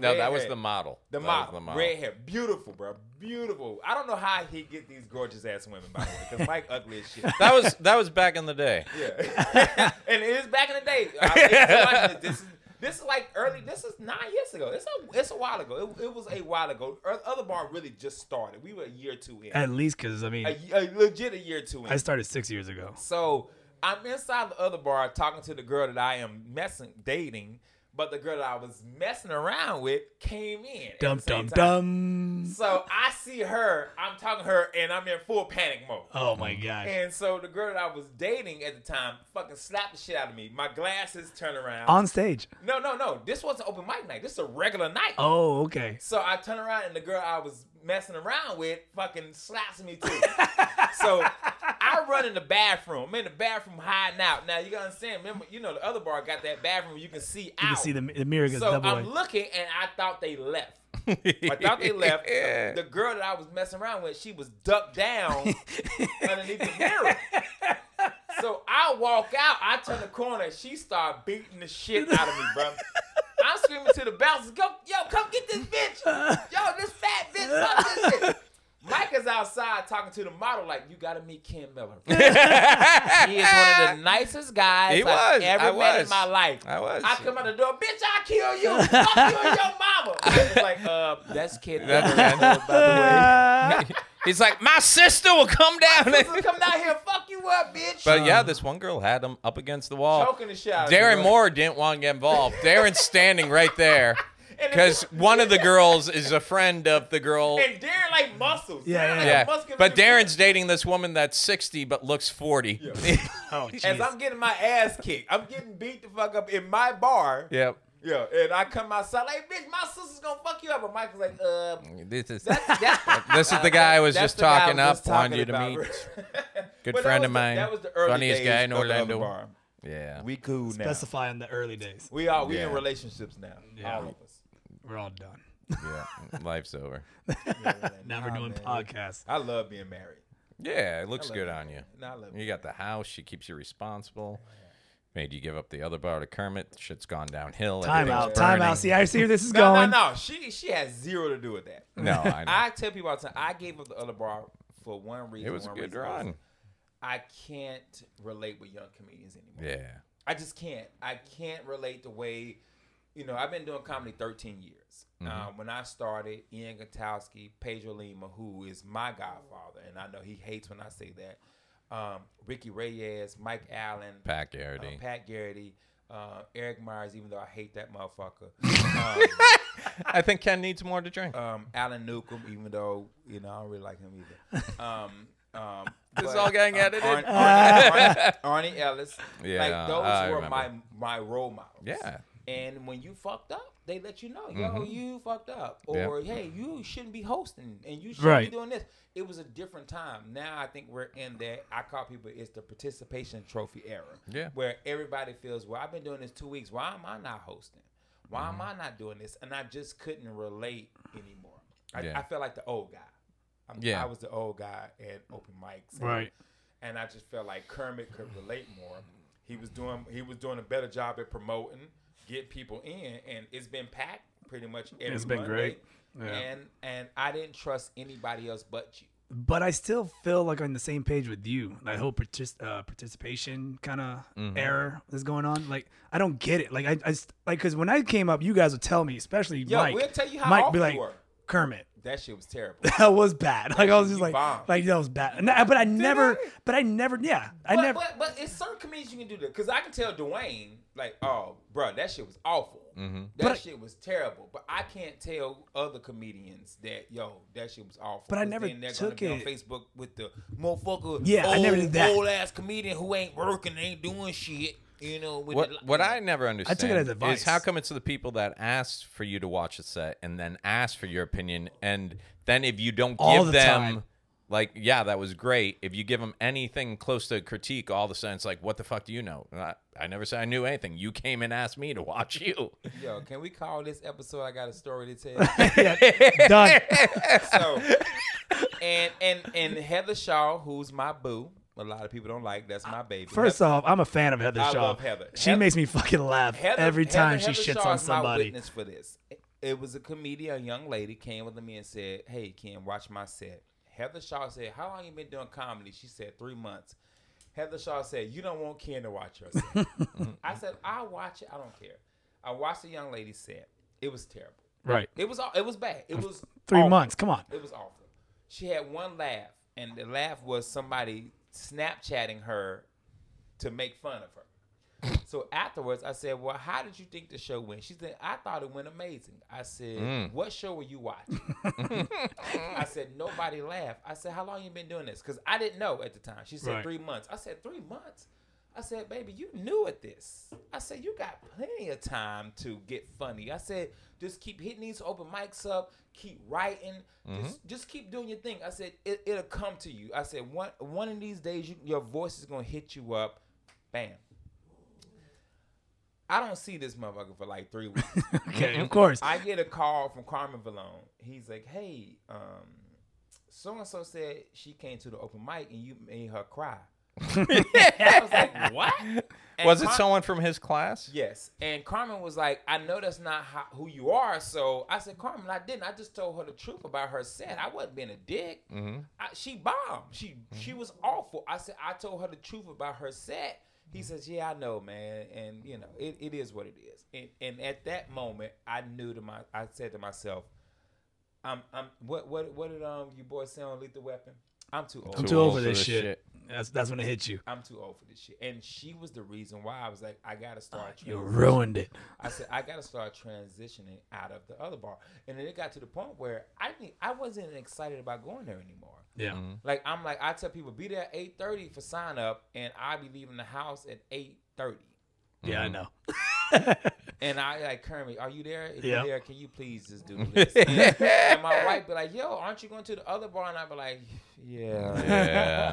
No, that was redhead. the model. The That was model, the red hair, beautiful, bro, beautiful. I don't know how he get these gorgeous ass women, by the way, because Mike ugly as shit. That was that was back in the day. Yeah, and it is back in the day. I think somebody- this, is, this is like early. This is nine years ago. It's a it's a while ago. It, it was a while ago. Ear- Other bar really just started. We were a year two in, At least, because I mean, a, ye- a legit a year two in. I started six years ago. So I'm inside the other bar talking to the girl that I am messing dating, but the girl that I was messing around with came in. at Dum the same dum time. dum. So I see her, I'm talking to her, and I'm in full panic mode. Oh my gosh! And so the girl that I was dating at the time fucking slapped the shit out of me. My glasses turn around. On stage. no, no, no. This wasn't open mic night. This is a regular night. Oh, okay. So I turn around and the girl I was messing around with fucking slaps me too. so I run in the bathroom. I'm in the bathroom hiding out. Now you gotta understand, remember, you know the other bar got that bathroom you can see out. You can see the, the mirror goes So double. I'm way. looking and I thought they left. I thought they left. Yeah. The girl that I was messing around with, she was ducked down underneath the mirror. So I walk out, I turn the corner, she start beating the shit out of me, bro. I'm screaming to the bouncers, go, yo, come get this bitch. Yo, this fat bitch, fuck this shit. Mike is outside talking to the model like, you gotta meet Ken Miller. he is one of the nicest guys He I've was. ever I met in was. my life. I was. I come out the door, bitch, I kill you. Fuck you and your mama. It's like, uh, that's Ken Miller. That's right. by the way. Uh, He's like, my sister will come down. Sister come down here, fuck you up, bitch. But yeah, this one girl had him up against the wall. choking the shit out of me, Darren bro. Moore didn't want to get involved. Darren's standing right there because one of the girls is a friend of the girl. And Darren like muscles. Yeah, Darren, yeah, like, yeah. Yeah, muscular but dude. Darren's dating this woman that's 60 but looks 40. oh, As jeez. I'm getting my ass kicked, I'm getting beat the fuck up in my bar. yep. Yeah, and I come outside like, bitch, my sister's gonna fuck you up. And Michael's like, uh, This is that's, that's this is the guy I was that's just the guy talking I was up. just Wanted talking you to about, meet. bro. Good But that friend was of the- mine. That was the early Funniest days guy of in the other Orlando. bar. Yeah. We cool now. Specify in the early days. We are we in Yeah. relationships now. All of us. We're all done. yeah. Life's over. Now we're Nah, doing man. podcasts. I love being married. Yeah, it looks love good it. on you. Nah, I love You got the house. She keeps you responsible. Made you give up the other bar to Kermit. Shit's gone downhill. Time everything's out. Time burning. out. See, I see where this is No, no, going. no. She she has zero to do with that. No, I know. I tell people all the time, I gave up the other bar for one reason. it was a one good reason, run. I can't relate with young comedians anymore. Yeah. I just can't. I can't relate the way, you know, I've been doing comedy 13 years. Mm-hmm. Um, when I started, Ian Gutowski, Pedro Lima, who is my godfather, and I know he hates when I say that, um, Ricky Reyes, Mike Allen, Pat uh, Garrity. Pat Garrity, uh, Eric Myers, even though I hate that motherfucker. Um, I think Ken needs more to drink. um, Alan Newcomb, even though you know I don't really like him either. Um, um, This but, all getting um, edited? Arnie, Arnie, Arnie- Arnie Ellis, Yeah, like those I were remember. my my role models. Yeah. Mm-hmm. And when you fucked up, they let you know, yo, you fucked up, or hey, you shouldn't be hosting, and you shouldn't Right. be doing this. It was a different time. Now I think we're in that. I call people it's the participation trophy era, Yeah. where everybody feels, well, I've been doing this two weeks. Why am I not hosting? Why Mm-hmm. am I not doing this? And I just couldn't relate anymore. I, Yeah. I felt like the old guy. I'm, Yeah. I was the old guy at open mics, and- Right. And I just felt like Kermit could relate more. He was doing he was doing a better job at promoting, get people in, and it's been packed pretty much every It's been Monday. great. Yeah. And and I didn't trust anybody else but you. but I still feel like on the same page with you. That whole partic- uh, participation kind of Mm-hmm. error that's going on. Like I don't get it. Like I, I s- like because when I came up, you guys would tell me, especially Yo, Mike. we'll tell you how Mike awful be you like were. Kermit. That shit was terrible. That was bad. Like I was just You like, bombed. like that was bad. And I- but I never, I? but I never, yeah, I but, never. But, but it's certain comedians you can do that because I can tell Dwayne like, oh, bro, that shit was awful. Mm-hmm. That But- shit was terrible. But I can't tell other comedians that yo, that shit was awful. But I 'cause never then they're took gonna it. be on Facebook with the motherfucker. Yeah, old, I never did that. Old ass comedian who ain't working, ain't doing shit. You know with What the- what I never understand as advice. is how come it's the people that ask for you to watch a set and then ask for your opinion and then if you don't All give the them time. like yeah that was great if you give them anything close to critique all of a sudden it's like what the fuck do you know And I, I never said I knew anything you came and asked me to watch you Yo, can we call this episode? I got a story to tell. Done. so and and and Heather Shaw, who's my boo. A lot of people don't like. That's my baby. First Heather- off, I'm a fan of Heather I Shaw. love Heather. She Heather- makes me fucking laugh Heather- every Heather- time Heather she shits Shaw on is my somebody. witness for this. It was a comedian, a young lady, came up to me and said, "Hey, Ken, watch my set." Heather Shaw said, "How long you been doing comedy?" She said, three months." Heather Shaw said, "You don't want Ken to watch your set." I said, "I watch it. I don't care." I watched the young lady set. It was terrible. Right. It was. aw- It was bad. It was Three awful. months. Come on. It was awful. She had one laugh, and the laugh was somebody Snapchatting her to make fun of her. so afterwards, I said, "Well, how did you think the show went?" She said, "I thought it went amazing." I said, "What show were you watching?" I said, "Nobody laughed." I said, "How long you been doing this?" Because I didn't know at the time. She said Right. three months. I said three months. I said, "Baby, you new at this." I said, "You got plenty of time to get funny." I said, "Just keep hitting these open mics up. Keep writing. Just, just keep doing your thing." I said, it, "It'll come to you." I said, "One one of these days, you, your voice is gonna hit you up." Bam. I don't see this motherfucker for like three weeks. Okay, of course. I get a call from Carmen Vallone. He's like, "Hey, um, so and so said she came to the open mic and you made her cry." I was like, "What?" And was it Car- someone from his class Yes. And Carmen was like, "I know that's not how, who you are." So I said, "Carmen, I didn't. I just told her the truth about her set. I wasn't being a dick. I, she bombed. She she was awful." I said, "I told her the truth about her set." He says, "Yeah, I know, man, and you know it, it is what it is." And and at that moment, I knew to my I said to myself, "I'm I'm what what what did um your boy say on Lethal Weapon? I'm too old. I'm Too too old over for this this shit. shit. That's that's when it hit you. I'm too old for this shit." And she was the reason why I was like, "I gotta start." You transitioning." ruined it. I said I gotta start transitioning out of the other bar, and then it got to the point where I didn't, I wasn't excited about going there anymore. Yeah. Like I'm like I tell people be there at eight thirty for sign up, and I be leaving the house at eight thirty. Yeah, I know. And I like Kermit, are you there? If Yeah. you're there, can you please just do this? and, and my wife be like, Yo, aren't you going to the other bar? And I be like, Yeah,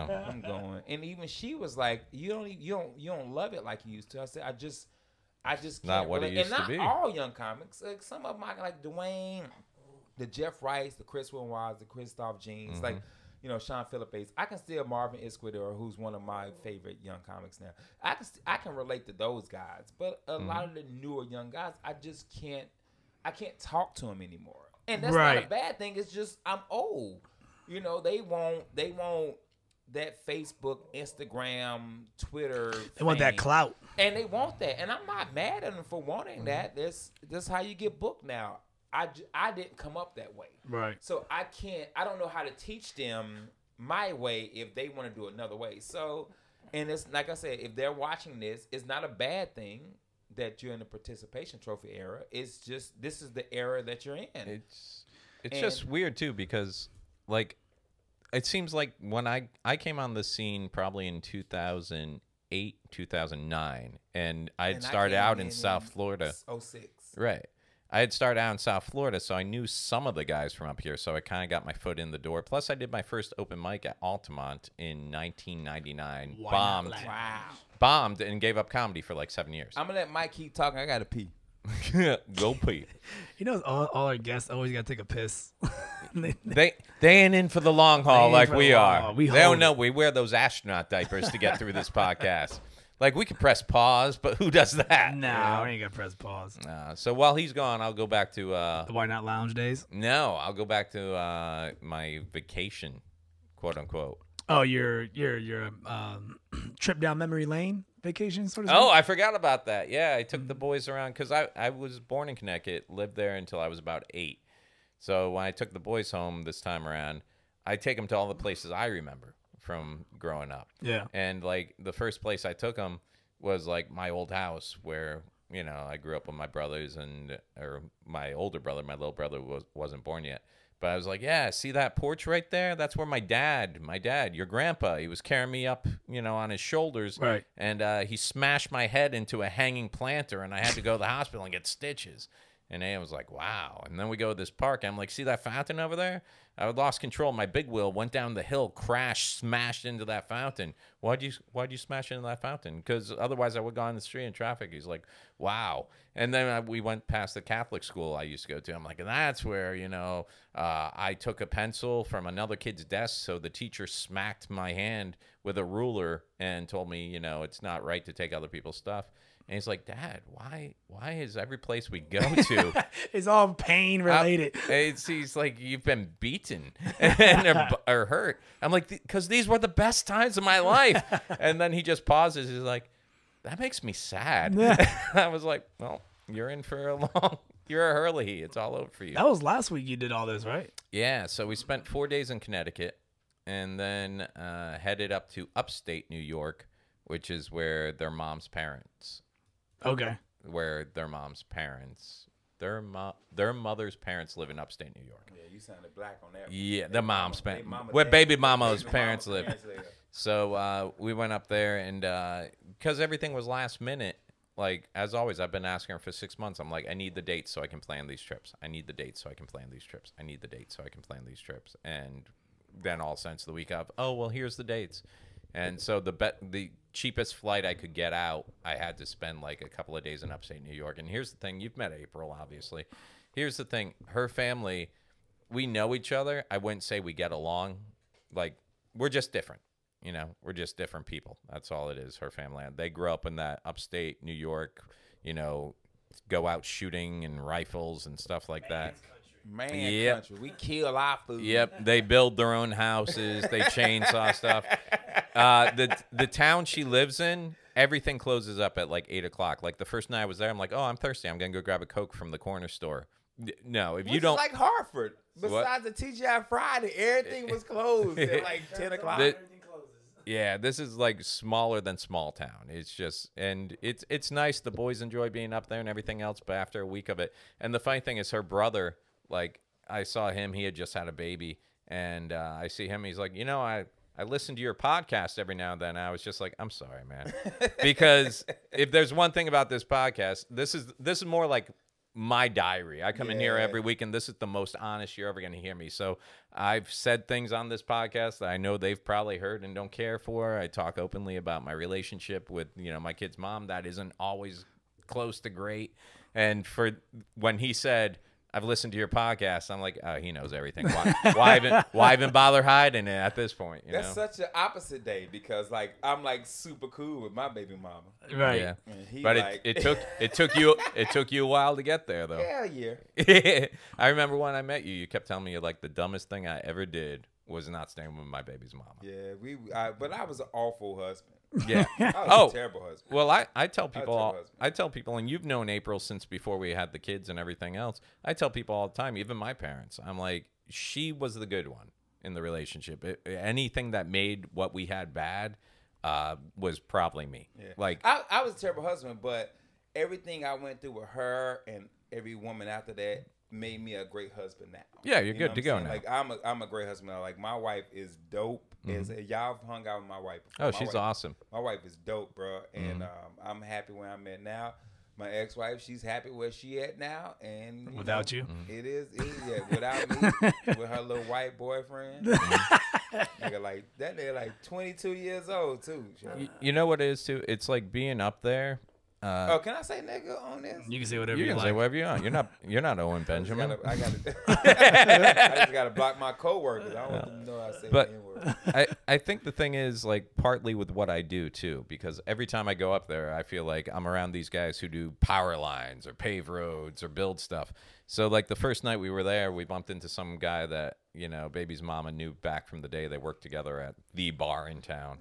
yeah I'm going. And even she was like, You don't e, you don't you don't love it like you used to. I said, I just I just Not can't what it relate." used to and be. not all young comics. Like some of them, I like Dwayne, the Jeff Rice, the Chris Wise, the Christoph Jeans, like Mm-hmm. you know Sean Phillips. I can still Marvin Esquidor, who's one of my favorite young comics now. I can st- I can relate to those guys, but a Mm-hmm. lot of the newer young guys, I just can't I can't talk to them anymore. And that's not Right. a bad thing. It's just I'm old. You know they won't they won't that Facebook, Instagram, Twitter. They want that fame clout. and they want that. And I'm not mad at them for wanting that. That's that's how you get booked now. I, j- I didn't come up that way, Right. so I can't. I don't know how to teach them my way if they want to do it another way. So, and it's like I said, if they're watching this, it's not a bad thing that you're in the participation trophy era. It's just this is the era that you're in. it's it's just weird too because like it seems like when I I came on the scene probably in 2008 eight, two thousand nine, and I'd And I started came out in, in South Florida. 06. Right. I had started out in South Florida, so I knew some of the guys from up here, so I kind of got my foot in the door. Plus, I did my first open mic at Altamont in 1999. Why not bombed, laugh? Wow. bombed, and gave up comedy for like seven years. I'm gonna let Mike keep talking. I gotta pee. Go pee. You know, all, all our guests always got to take a piss. They- They they ain't in for the long haul ain't like for the we long are. haul. We they don't hold know we wear those astronaut diapers to get through this podcast. Like we could press pause, but who does that? nah, we ain't gonna press pause. Uh, so while he's gone, I'll go back to uh, The Why Not Lounge days. no, I'll go back to uh, my vacation, quote unquote. Oh, your your your um, trip down memory lane vacation sort of. Oh, I forgot about that. Yeah, I took the boys around because I, I was born in Connecticut, lived there until I was about eight. So when I took the boys home this time around, I take them to all the places I remember from growing up. Yeah. And like the first place I took them was like my old house where, you know, I grew up with my brothers and, or my older brother, my little brother was, wasn't born yet. But I was like, yeah, see that porch right there? That's where my dad, my dad, your grandpa, he was carrying me up, you know, on his shoulders Right. and uh, he smashed my head into a hanging planter, and I had to go to the hospital and get stitches. And Ann was like, "Wow!" And then we go to this park. And I'm like, "See that fountain over there? I lost control. My big wheel went down the hill, crashed, smashed into that fountain. Why'd you Why'd you smash into that fountain? Because otherwise, I would go on the street in traffic." He's like, "Wow!" And then I, we went past the Catholic school I used to go to. I'm like, "And that's where you know uh, I took a pencil from another kid's desk, so the teacher smacked my hand with a ruler and told me, you know, it's not right to take other people's stuff. And he's like, Dad, why why is every place we go to It's all pain related. It's, he's like, you've been beaten and are, bu- are hurt. I'm like, because these were the best times of my life. And then he just pauses. He's like, that makes me sad. I was like, well, you're in for a long. You're a Hurley. It's all over for you. that was last week. You did all this, right? Yeah, so we spent four days in Connecticut and then uh, headed up to upstate New York, which is where their mom's parents, Okay. where their mom's parents, their mo- their mother's parents live in upstate New York. Yeah, you sounded black on that. Yeah, their mom's mama- they parents, mama- where they- baby mama's Baby mama parents live. parents live. So uh, we went up there, and because everything was last minute, like as always, I've been asking her for six months. I'm like, I need the dates so I can plan these trips. I need the dates so I can plan these trips. I need the dates so I can plan these trips. And then all since the week of, oh well, here's the dates. And so the bet the cheapest flight I could get out, I had to spend like a couple of days in upstate New York. And here's the thing: you've met April, obviously. Here's the thing: her family we know each other. I wouldn't say we get along. Like we're just different. You know, we're just different people. That's all it is. Her family. They grew up in that upstate New York. You know, go out shooting and rifles and stuff like that. Man, Yep. country, we kill our food. Yep, they build their own houses. They chainsaw stuff. Uh, the the town she lives in, everything closes up at like eight o'clock. Like the first night I was there, I'm like, oh, I'm thirsty. I'm gonna go grab a coke from the corner store. N- No, if Which you is don't, like Hartford. Besides the TGI Friday, everything was closed at like ten o'clock. The- yeah, this is like smaller than small town. It's just and it's it's nice. The boys enjoy being up there and everything else, but after a week of it, and the funny thing is her brother, like I saw him, he had just had a baby, and uh, I see him, he's like, you know, I I listen to your podcast every now and then. I was just like, I'm sorry, man, because if there's one thing about this podcast, this is this is more like my diary. I come in here every week, and this is the most honest you're ever going to hear me. So I've said things on this podcast that I know they've probably heard and don't care for. I talk openly about my relationship with you know my kid's mom that isn't always close to great. And for when he said. I've listened to your podcast. I'm like, oh, he knows everything. Why, why even, why even bother hiding it at this point? You That's know? such an opposite day because like I'm like super cool with my baby mama. Right. Yeah. And he But like- it, it took it took you it took you a while to get there though. Hell yeah. I remember when I met you, you kept telling me like the dumbest thing I ever did was not staying with my baby's mama. Yeah, we. I, but I was an awful husband. Yeah. I was oh. a terrible husband. Well, I, I tell people tell all, husband. I tell people and you've known April since before we had the kids and everything else. I tell people all the time, even my parents. I'm like she was the good one in the relationship. It, anything that made what we had bad uh, was probably me. Yeah. Like I, I was a terrible husband, but everything I went through with her and every woman after that, made me a great husband now. Yeah, you're know good what to I'm go saying? now. Mm-hmm. Like I'm a I'm a great husband now. Like my wife is dope. Is y'all have hung out with my wife? Before. Oh, My she's wife- awesome. Mm-hmm. My wife is dope, bro, and um, I'm happy where I'm at now. My ex-wife, she's happy where she at now, and Without know, you? Mm-hmm. it is it, yeah. Without me, with her little white boyfriend, nigga, like that nigga like 22 years old too. Y- You know what it is too? It's like being up there. Uh, Oh, can I say nigga on this? You can say whatever you you, can say like. whatever you want. You're not. You're not Owen Benjamin. Gotta- I gotta, I just gotta block my coworkers. I don't want them to know I say But- the N-word. I, I think the thing is like partly with what I do too, because every time I go up there, I feel like I'm around these guys who do power lines or pave roads or build stuff. So like the first night we were there, we bumped into some guy that you know baby's mama knew back from the day they worked together at the bar in town.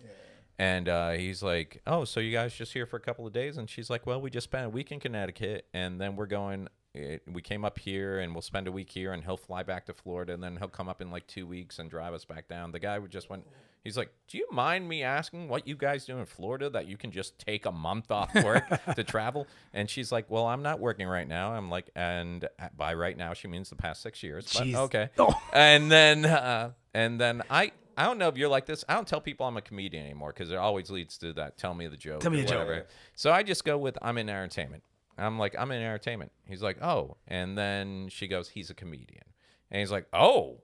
And uh, he's like, "Oh, so you guys just here for a couple of days?" And she's like, "Well, we just spent a week in Connecticut, and then we're going. It, we came up here, and we'll spend a week here, and he'll fly back to Florida, and then he'll come up in like two weeks and drive us back down." The guy would just went. He's like, "Do you mind me asking what you guys do in Florida that you can just take a month off work to travel?" And she's like, "Well, I'm not working right now." I'm like, and uh, by right now she means the past six years. but Jeez. okay. Oh. And then uh, and then I I don't know if you're like this. I don't tell people I'm a comedian anymore because it always leads to that. Tell me the joke. Tell me or the joke. whatever. So I just go with I'm in entertainment. I'm like I'm in entertainment. He's like oh, and then she goes he's a comedian, and he's like oh.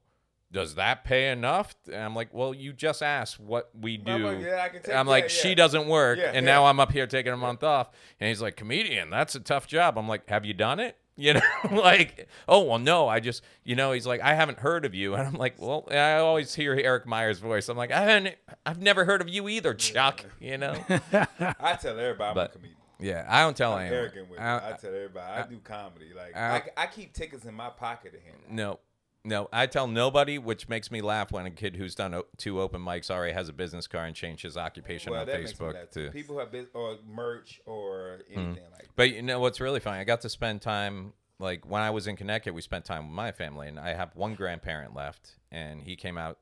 Does that pay enough? And I'm like, well, you just asked what we do. I'm like, "Yeah, I can take- I'm like, yeah, she yeah." doesn't work, Yeah, and yeah. now I'm up here taking a month off. And he's like, comedian, that's a tough job. I'm like, have you done it? You know, like, oh well, no, I just, you know, he's like, I haven't heard of you, and I'm like, well, I always hear Eric Meyer's voice. I'm like, I haven't, I've never heard of you either, Chuck. You know, I tell everybody I'm But- a comedian. yeah, I don't tell anyone. Arrogant with it. I- I tell everybody I, do comedy. Like I, I- I keep tickets in my pocket to him. No, no, I tell nobody, which makes me laugh when a kid who's done o- two open mics already has a business card and changed his occupation Well, on that makes me Facebook Mm-hmm. laugh too. to People who have bus or merch or anything like. But you know what's really funny? I got to spend time like when I was in Connecticut, we spent time with my family, and I have one grandparent left, and he came out.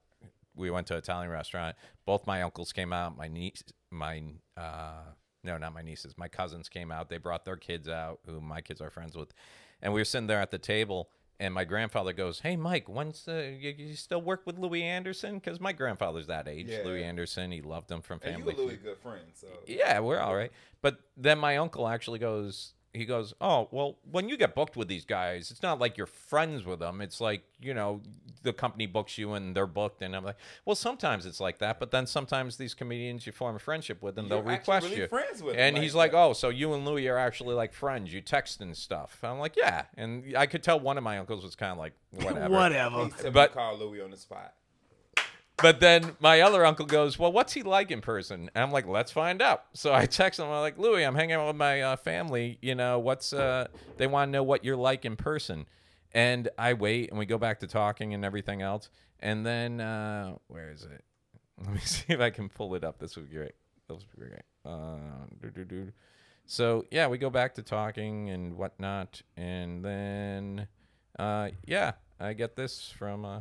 We went to an Italian restaurant. Both my uncles came out. My niece, my uh, no, not my nieces. My cousins came out. They brought their kids out, who my kids are friends with, and we were sitting there at the table. And my grandfather goes, "Hey, Mike, when's the you, you still work with Louis Anderson? Because my grandfather's that age. Yeah. Louis Anderson, he loved him from And Family you a Feud. Louis good friend, so Yeah, we're all right. But then my uncle actually goes, he goes, oh, well, when you get booked with these guys, it's not like you're friends with them. It's like, you know, the company books you and they're booked. And I'm like, well, sometimes it's like that. But then sometimes these comedians, you form a friendship with them, You're they'll actually request really you. friends with them and like he's like, that. oh, so you and Louis are actually like friends. You text and stuff. I'm like, yeah. And I could tell one of my uncles was kind of like, whatever. Whatever. he's typically But- called Louis on the spot. But then my other uncle goes, "Well, what's he like in person?" And I'm like, "Let's find out." So I text him. I'm like, "Louis, I'm hanging out with my uh, family. You know, what's uh, they want to know what you're like in person." And I wait, and we go back to talking and everything else. And then uh, where is it? Let me see if I can pull it up. This would be great. This would be great. Uh, doo-doo-doo. so yeah, we go back to talking and whatnot, and then uh, yeah, I get this from. Uh,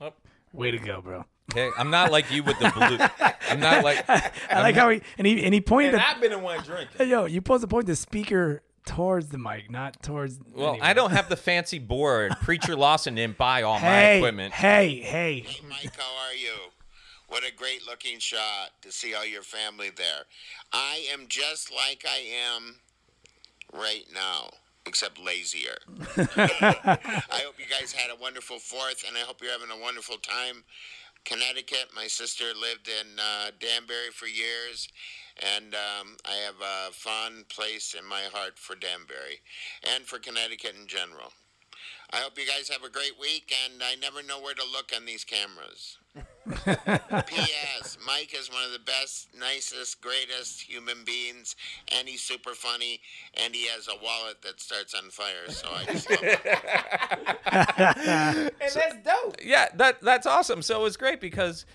oh. Way to go, bro. Hey, I'm not like you with the blue. I'm not like I like how he and he and he pointed. And the- I've been the one drinking. Hey, yo, you supposed to point the speaker towards the mic, not towards. Well, anyway. I don't have the fancy board. Preacher Lawson didn't buy all my Hey, equipment. hey, hey! Hey, Mike, how are you? What a great looking shot to see all your family there. I am just like I am right now, except lazier. I hope you guys had a wonderful fourth, and I hope you're having a wonderful time. Connecticut, my sister lived in uh, Danbury for years, and um, I have a fond place in my heart for Danbury and for Connecticut in general. I hope you guys have a great week, and I never know where to look on these cameras. P.S. Mike is one of the best, nicest, greatest human beings, and he's super funny, and he has a wallet that starts on fire, so I just love it. And that's dope. yeah, that that's awesome. So it was great because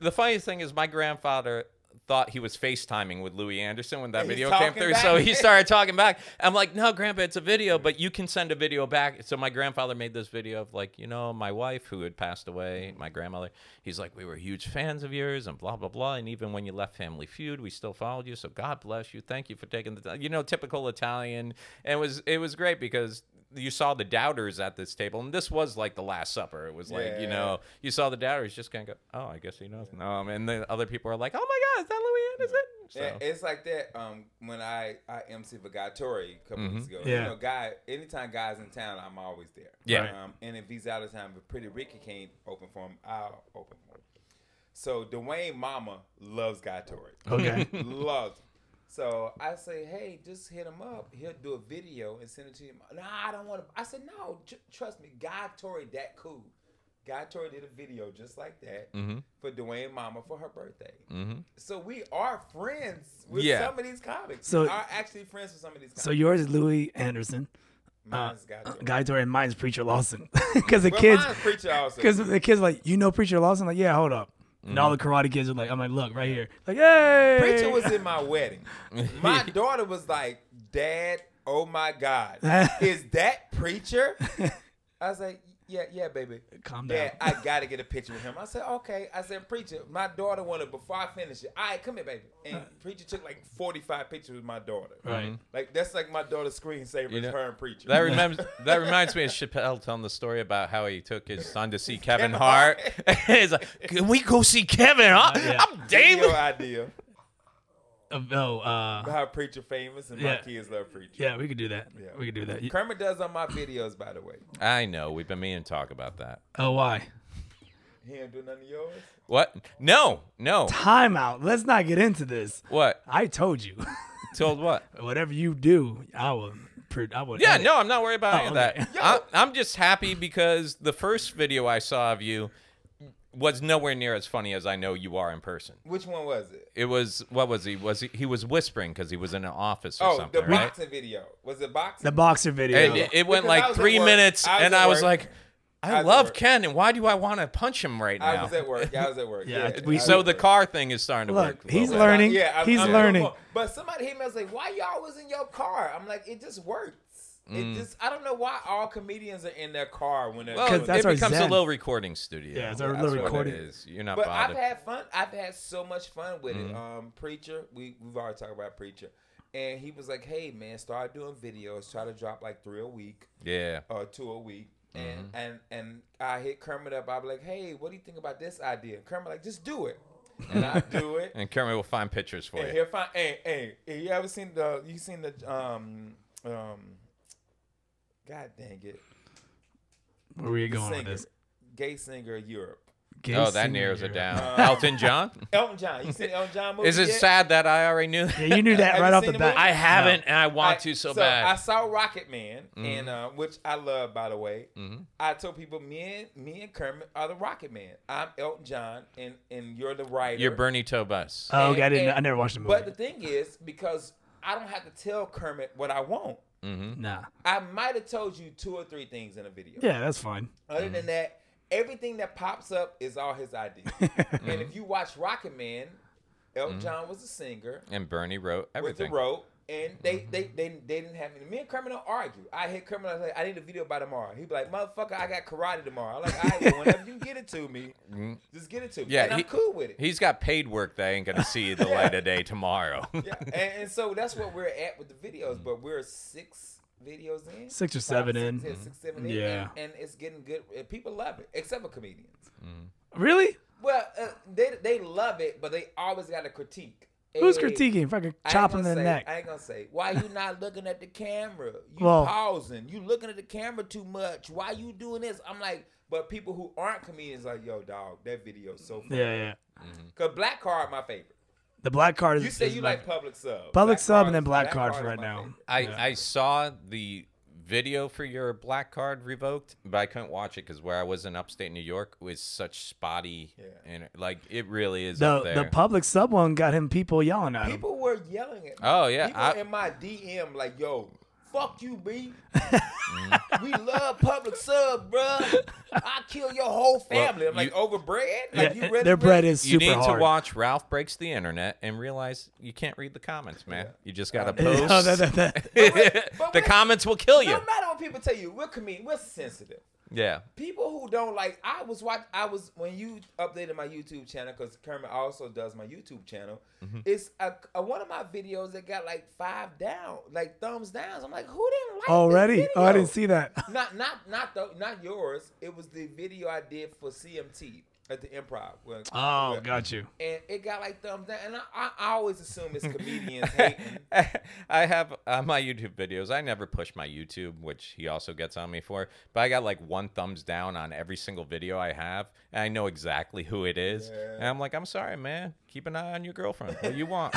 the funniest thing is my grandfather thought he was FaceTiming with Louis Anderson when that He's video came talking through. back. So he started talking back. I'm like, no, Grandpa, it's a video, but you can send a video back. So my grandfather made this video of like, you know, my wife who had passed away, my grandmother. He's like, we were huge fans of yours and blah blah blah. And even when you left Family Feud, we still followed you. So God bless you. Thank you for taking the time. You know, typical Italian. And it was it was great because you saw the doubters at this table, and this was like the Last Supper. It was like you Yeah. know, you saw the doubters just kind of go, oh, I guess he knows. No, and then other people are like, oh my God, is that Louis Anderson? So, Yeah, it's like that um, when I I MC for Guy Tori a Mm-hmm. couple weeks ago. Yeah. You know, Guy, anytime Guy's in town, I'm always there. Yeah. Um, and if he's out of town, but Pretty Ricky can't open for him, I'll open for him. So Dwayne Mama loves Guy Tori. Oh, Okay. loves him. So I say, hey, just hit him up. He'll do a video and send it to you. Nah, I don't want to. I said, no, tr- trust me. Guy Tori that cool. Guy Tori did a video just like that for Dwayne Mama for her birthday. So we are friends with Yeah. some of these comics. So- we are actually friends with some of these comics. so yours is Louis Anderson, Mine's Guy Tori. Guy Tori, and mine's Preacher Lawson. Because the well, kids, mine's Preacher also. because the kids like, you know Preacher Lawson? Like, yeah, hold up. And Mm-hmm. all the karate kids are like, I'm like, look right here. Like, hey. Preacher was in my wedding. My daughter was like, Dad, oh my God, is that Preacher? I was like, Yeah, yeah, baby. Calm down. Dad, I gotta get a picture with him. I said, okay. I said, preacher, my daughter wanted before I finish it. All right, come here, baby. And Uh. preacher took like forty five pictures with my daughter. Right. Like that's like my daughter's screensaver You is know, her and preacher. That reminds that reminds me of Chappelle telling the story about how he took his son to see Kevin Kevin Hart. He's like, "Can we go see Kevin? Huh? yeah. I'm Give me David." your idea Uh, oh, uh, how preacher famous and my Yeah. kids love preacher. yeah, we could do that. Yeah. We could do that. Kermit does on my videos, by the way. I know we've been meaning to talk about that. Oh, why? He ain't do none of yours. What? No, no. Timeout. Let's not get into this. What? I told you. Told what? Whatever you do, I will. pr- I will. Yeah, edit. no, I'm not worried about any of Oh, that. okay. I'm, I'm just happy because the first video I saw of you was nowhere near as funny as I know you are in person. Which one was it? It was what was he? Was he? He was whispering because he was in an office or Oh, something, the right? boxing video. Was it boxing? The boxer video. And it, it went Because I like was at three work. minutes, I was and at I was work. like, "I, I was at love work. Ken, and why do I want to punch him right I now?" was at work. Yeah, I was at work. Yeah, yeah we- I was so at the work. car thing is starting to work. Look, a little he's bit. learning. Yeah, I, He's I'm learning. But somebody hit me. I was like, "Why y'all was in your car?" I'm like, "It just works. It just. I don't know why all comedians are in their car when they're. Mm. Well, Because doing that's it our becomes a zen. little recording studio. Yeah, it's our That's little what recording- It Mm. is. You're not But bothered. I've had fun. I've had so much fun with it. Um, preacher, we we've already talked about preacher, and he was like, "Hey man, start doing videos. Try to drop like three a week yeah, or two a week." Mm-hmm. And and and I hit Kermit up. I'm like, "Hey, what do you think about this idea?" Kermit like, "Just do it," and I do it. and Kermit will find pictures for And you. he'll find. Hey, hey, hey, you ever seen the? You seen the? Um, um. God dang it! Where are you going with Singer, this? gay singer, Europe. Gay Oh, that singer. narrows it down. Uh, Elton John. Elton John. You seen the Elton John movie? Is it yet? sad that I already knew? that? Yeah, you knew that Have right you off the seen the bat. movie? I haven't, and I want I- to so, I bad. Mm-hmm. saw Rocket Man, and uh, which I love, by the way. I told people, me and me and Kermit are the Rocket Man. I'm Elton John, and and you're the writer. You're Bernie Tobus. Oh, okay, I And- didn't. and- I never watched the movie. But the thing is, because I don't have to tell Kermit what I want. nah. I might have told you two or three things in a video. Yeah, that's fine. Other Mm-hmm. than that, everything that pops up is all his idea. Mm-hmm. and if you watch Rocket Man, Elton John was a singer and Bernie wrote with Mm-hmm. the everything. Mm-hmm. rope, and they they, they they didn't have any. Me and Kermit don't argue. I hit Kermit. I was like, I need a video by tomorrow. He'd be like, motherfucker, I got karate tomorrow. I'm like, all right, well, whenever you can get it to me, just get it to me. Mm-hmm. Yeah, and I'm he- cool with it. He's got paid work that ain't gonna see the light of day tomorrow. yeah, and, and so that's what we're at with the videos. But we're six videos in, Six or Five, seven in. six, yeah, six, seven in, Yeah. and, and it's getting good. and People love it, except for comedians. Really? Well, uh, they they love it, but they always got a critique. Who's Hey, critiquing? Fucking I ain't chopping gonna the say, neck. I ain't gonna say. Why you not looking at the camera? You Well- pausing. You looking at the camera too much. Why you doing this? I'm like, but people who aren't comedians like, yo, dog, that video's so funny. yeah, yeah. Cause black card my favorite. The black card is. You say is you my- like public sub. public Black sub Card and then is- black card Card for is right my now. favorite. I I saw the video for your black card revoked, but I couldn't watch it because where I was in upstate New York was such spotty, Yeah. and like it really is The up there. the public sub one got him people yelling at him. People were yelling at me. Oh, yeah, People I- in my DM like, yo, fuck you, B. Mm. we love public sub, bruh. I kill your whole family. I'm like, you- over bread? Yeah, Like, you ready their for bread this? is You super need hard. to watch Ralph Breaks the Internet and realize you can't read the comments, man. You just got to post. No, that- that- that- but the what- comments will kill you. No matter what people tell you, we're comedian, we're sensitive. Yeah. People who don't like, I was watch, I was when you updated my YouTube channel because Kermit also does my YouTube channel. Mm-hmm. It's a, a- one of my videos that got like five down, like thumbs downs. I'm like, who didn't like this Already? Oh, I video? didn't see that. Not not not the, not yours. It was the video I did for CMT at the Improv. When, Oh, when- got you. And it got like thumbs down, and I, I, I always assume it's comedians hating. I have uh, my YouTube videos. I never push my YouTube, which he also gets on me for. But I got like one thumbs down on every single video I have, and I know exactly who it is. And I'm like, I'm sorry, man. Keep an eye on your girlfriend. What you want?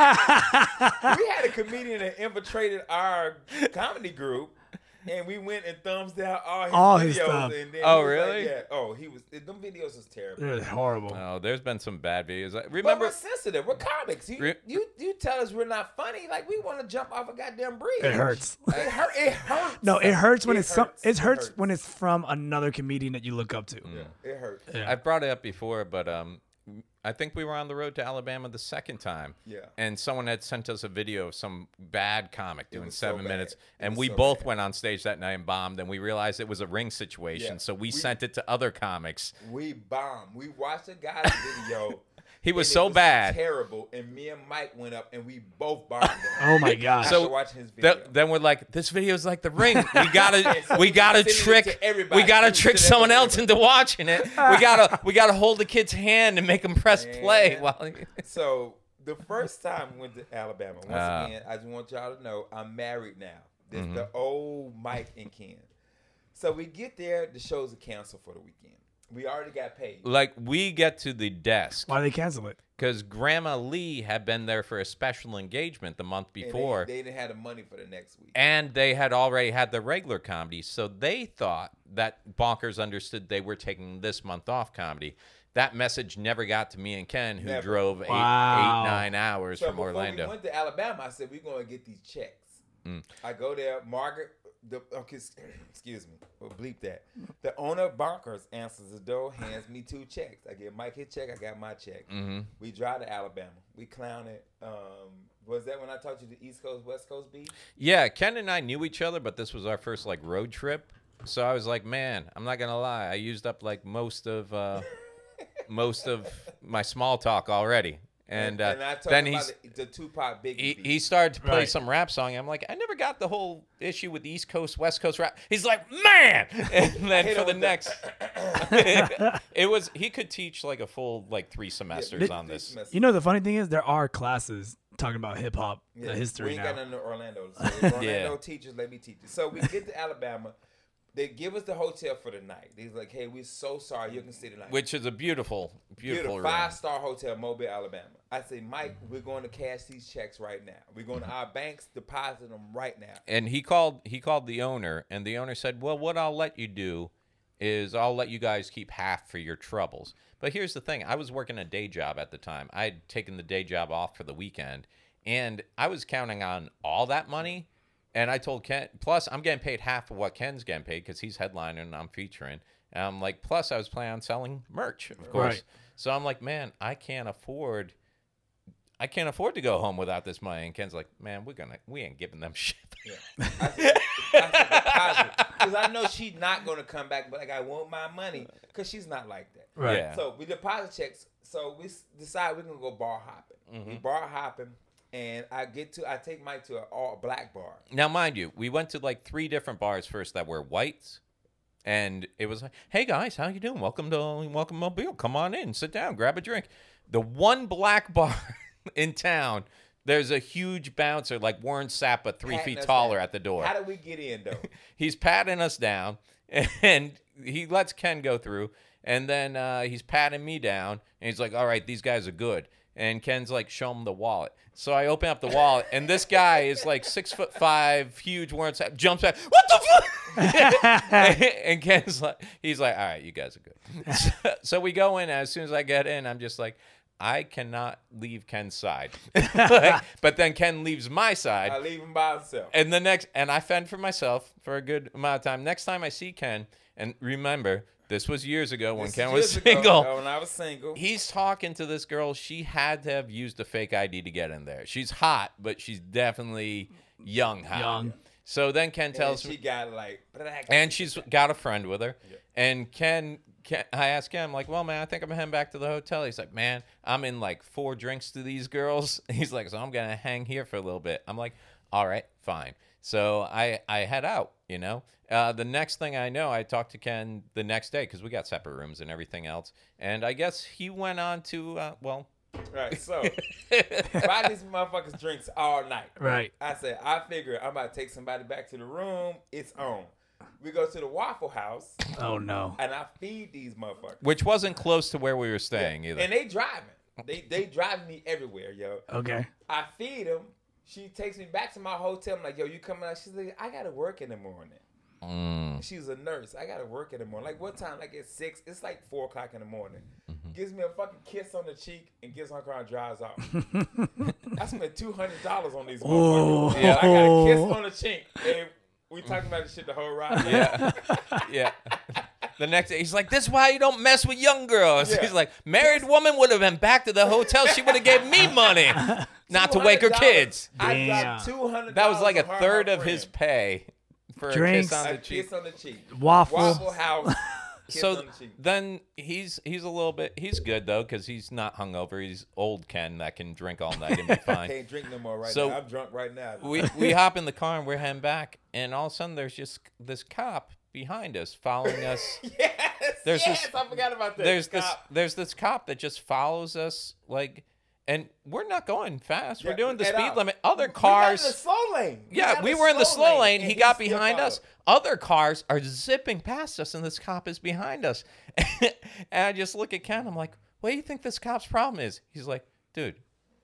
we had a comedian that infiltrated our comedy group, and we went and thumbs down all his All videos. his stuff. And then Oh, he was like, really? yeah. Oh, he was. Them videos is terrible. They're horrible. oh, there's been some bad videos. I- But Remember? we're sensitive. We're comics. You, Re- you you tell us we're not funny. Like we want to jump off a goddamn bridge. It hurts. It, hurt, it hurts. No, it hurts when It it's some, hurts. it hurts hurts. when it's from another comedian that you look up to. It hurts. Yeah. I've brought it up before, but um, I think we were on the road to Alabama the second time. Yeah. And someone had sent us a video of some bad comic doing was so seven bad. minutes, It and was we so both bad. went on stage that night and bombed. And we realized it was a ring situation, Yeah. so we, We- sent it to other comics. We bomb. We watched a guy's video. He was and it so bad. terrible. And me and Mike went up, and we both bombed. him. Oh my gosh. After So- watching his video. Th- then we're like, this video's like the ring. We gotta, so we we gotta send it to trick, everybody. we gotta Send it trick to someone else everybody. into watching it. We gotta, we gotta hold the kid's hand and make him press play Man. while. So the first time we went to Alabama, once Ah. again, I just want y'all to know I'm married now. This the Mm-hmm. old Mike and Ken. So we get there, the shows are canceled for the weekend. We already got paid. Like we get to the desk. Why they cancel it? because Grandma Lee had been there for a special engagement the month And before, they, they didn't have the money for the next week. and they had already had the regular comedy, so they thought that Bonkers understood they were taking this month off comedy. That message never got to me and Ken, who Never. drove eight, Wow. eight, nine hours So from before we Orlando. Mm. went to Alabama, I said we're going to get these checks. I go there, Margaret. The, okay, s- excuse me. We'll bleep that. The owner of Bonkers answers the door, hands me two checks. I give Mike his check. I got my check. Mm-hmm. We drive to Alabama. We clown it. Um, was that when I taught you the East Coast West Coast beef? Yeah, Ken and I knew each other, but this was our first like road trip. So I was like, man, I'm not gonna lie, I used up like most of uh, most of my small talk already. And, uh, I told then him he's about the, the Tupac Biggie he, beef. he started to play Right. some rap song. and I'm like, I never got the whole issue with the East Coast, West Coast rap. He's like, man. And then hit for him the with the- next, it was he could teach like a full like three semesters on This this. mess- You know the funny thing is there are classes talking about hip hop Yeah, We history ain't now. got nothing in Orlando. So if Orlando teachers, let me teach you. So we get to Alabama. They give us the hotel for the night. They's like, hey, we're so sorry. You can stay tonight. Which is a beautiful, beautiful, Beautiful room. Mm-hmm. five star hotel, Mobile, Alabama. I say, Mike, we're going to cash these checks right now. We're going to our banks, deposit them right now. and he called he called the owner and the owner said well what i'll let you do is i'll let you guys keep half for your troubles but here's the thing i was working a day job at the time i had taken the day job off for the weekend and i was counting on all that money and i told ken plus i'm getting paid half of what ken's getting paid because he's headlining and i'm featuring and i'm like plus i was planning on selling merch of course Right. so i'm like man i can't afford I can't afford to go home without this money. And Ken's like, man, we're gonna, we ain't giving them shit. Because I know she's not going to come back, but like, I want my money because she's not like that. Right. Yeah. So we deposit checks. So we s- decide we're gonna go bar hopping. Mm-hmm. We bar hopping, and I get to I take Mike to an all black bar. Now, mind you, we went to like three different bars first that were whites, and it was like, "Hey guys, how you doing? Welcome to Welcome Mobile. Come on in, sit down, grab a drink." The one black bar in town, there's a huge bouncer like Warren Sappa, three Patting feet us taller, down. at the door. How did we get in though? he's patting us down, and he lets Ken go through, and then uh, he's patting me down, and he's like, "All right, these guys are good." And Ken's like, "Show him the wallet." So I open up the wallet, and this guy is like six foot five, huge, Warren Sapp, jumps out, "What the fuck?" and Ken's like, "He's like, all right, you guys are good." So, so we go in. and As soon as I get in, I'm just like. I cannot leave Ken's side. Like, but then Ken leaves my side. I leave him by himself. And the next, and I fend for myself for a good amount of time. Next time I see Ken, and remember, this was years ago when This Ken is was years ago, single. uh, when I was single. He's talking to this girl. She had to have used a fake ID to get in there. She's hot, but she's definitely young hot. Young. So then Ken tells and me, she got like black. and she's got a friend with her. And Ken, Ken, I asked Ken, I'm like, well, man, I think I'm heading back to the hotel. He's like, man, I'm in like four drinks to these girls. He's like, so I'm gonna hang here for a little bit. I'm like, all right, fine. So I I head out. You know, uh, the next thing I know, I talked to Ken the next day because we got separate rooms and everything else. And I guess he went on to uh, well, Right. So buy these motherfuckers drinks all night. Right. I said, I figure I'm about to take somebody back to the room. It's on. We go to the Waffle House Oh no. and I feed these motherfuckers. which wasn't close to where we were staying either. And they driving. They they driving me everywhere, yo. Okay. I feed them. She takes me back to my hotel. I'm like, yo, you coming out? She's like, I gotta work in the morning. Mm. She's a nurse. I gotta work in the morning. Like what time? Like at six. It's like four o'clock in the morning. Mm-hmm. Gives me a fucking kiss on the cheek and gets on her car and drives off. I spent two hundred dollars on these Oh. motherfuckers. Yeah, I got a kiss on the cheek. And we talking about this shit the whole ride. Yeah. yeah. The next day, he's like, "This is why you don't mess with young girls." Yeah. He's like, "Married woman would have been back to the hotel. She would have gave me money, not to wake her $200. kids." I Damn. dropped two hundred. That was like a third of his pay for Drinks. a kiss on A the cheek. kiss on the cheek. Waffle. Waffle House. kiss So on the cheek. then he's he's a little bit he's good though because he's not hungover. He's old Ken that can drink all night and be fine. Can't drink no more right So- now. I'm drunk right now. we we hop in the car and we're heading back, and all of a sudden there's just this cop behind us following us. yes, There's yes, this- I forgot about that. there's this Cop. there's this cop that just follows us like and we're not going fast we're Yeah, uh, doing the at speed all. limit other We got in the cars slow lane. yeah got we were in the slow lane and he got still behind us followed. other cars are zipping past us and this cop is behind us and i just look at ken i'm like what do you think this cop's problem is he's like dude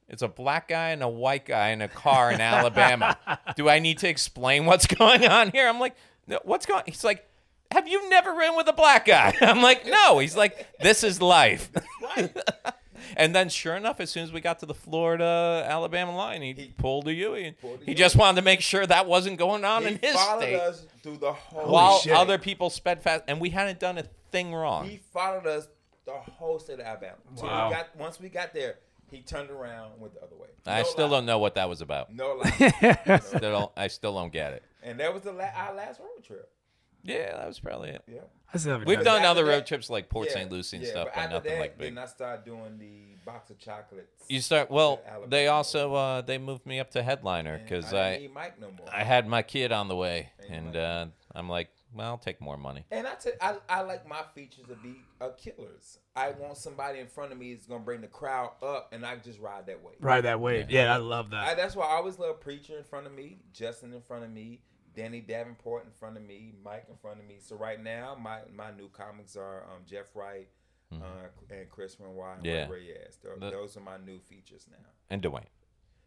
it's a black guy and a white guy in a car in Alabama. Do I need to explain what's going on here? I'm like, "No, what's going? He's like, have you never ridden with a black guy? I'm like, no. He's like, this is life. and then, sure enough, as soon as we got to the Florida Alabama line, he, pulled a Huey. And pulled a he Huey. just wanted to make sure that wasn't going on in He his followed state. us through the whole. while shit. other people sped fast, and we hadn't done a thing wrong. he followed us the whole state of Alabama. So Wow. we got, once we got there, he turned around and went the other way. I No still lie. don't know what that was about. No lie. Still don't- I still don't get it. and that was the la- our last road trip. Yeah, that was probably it. Yeah. I still haven't We've tried done after other that- road trips like Port yeah, St. Lucie and yeah, stuff, but but after nothing that, like big. Then I started doing the box of chocolates. You start well. Alabama. They also uh, they moved me up to headliner And because I I didn't need Mike no more. I had my kid on the way, and Ain't uh, I'm like, well, I'll take more money. And I tell- I- I like my features to be a killer's. I want somebody in front of me that's gonna bring the crowd up, and I just ride that way. Ride that wave. Yeah, I love I, that. that's why I always love preacher in front of me, Justin in front of me, Danny Davenport in front of me, Mike in front of me. So right now, my my new comics are um, Jeff Wright uh, and Chris Renoir and Mm-hmm. Yeah. Ray Reyes. Tho- The- those are my new features now. And Dwayne,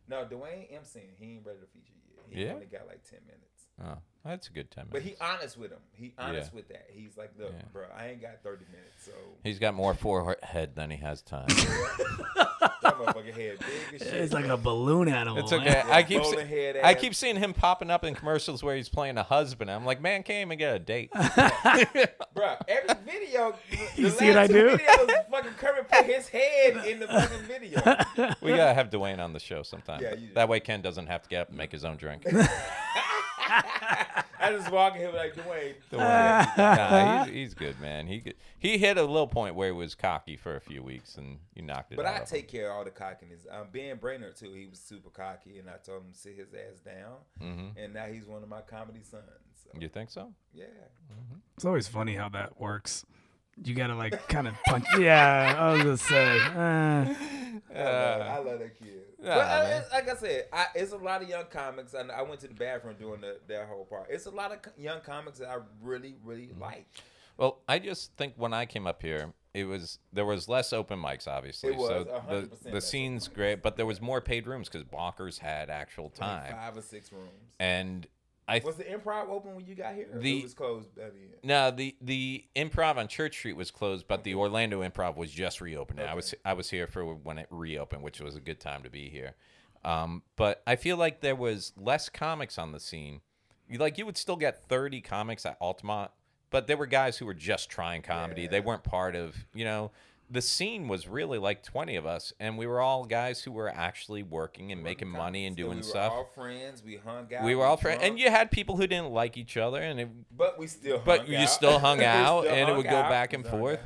No, Dwayne Empson, he ain't ready to feature yet. He Yeah? only got like ten minutes. oh, that's a good time. But he honest with him. He honest Yeah. with that. He's like, look, Yeah. bro, I ain't got thirty minutes, so He's got more forehead than he has time. that motherfucker head big as shit. It's like a balloon animal. it's man. okay. I keep Bowling se- head I ass. keep seeing him popping up in commercials where he's playing a husband. I'm like, man, can't even get a date. Bro, every video, the You last see what I two do? videos, fucking Kermit put his head in the fucking video. we gotta have Dwayne on the show sometime. Yeah, you- that way Ken doesn't have to get up and make his own drink. I just walk in here like Dwayne. Don't worry. Ah. nah, he's, he's good, man. He could- he hit a little point where he was cocky for a few weeks, and you knocked it But out. I of him. take care of all the cockiness. Um, ben Brainerd too. He was super cocky, and I told him to sit his ass down. Mm-hmm. And now he's one of my comedy sons. So, You think so? yeah. It's always funny how that works. You gotta like kind of punch. yeah, I was gonna say. uh, I love, I love that kid. nah, but uh, man. it's- like I said, I, it's a lot of young comics, and I went to the bathroom during the, that whole part. It's a lot of co- young comics that I really, really Mm-hmm. like. Well, I just think when I came up here, it was there was less open mics, obviously. It was so 100% the the less scene's great, but there was more paid rooms because walkers had actual time, Five or six rooms. and I Was the improv open when you got here? Or The- it was closed at the end. No, the the improv on Church Street was closed, but the Orlando improv was just reopened. I was I was here for when it reopened, which was a good time to be here. Um, but I feel like there was less comics on the scene. You- Like you would still get thirty comics at Altamont, but there were guys who were just trying comedy. They weren't part of you know. The scene was really like twenty of us, and we were all guys who were actually working and making money and So doing we were stuff. all friends. We hung out. we were all friends, drunk, and you had people who didn't like each other, and it But we still. but hung you out. still hung We out still and it hung would go out. back We and still hung forth out.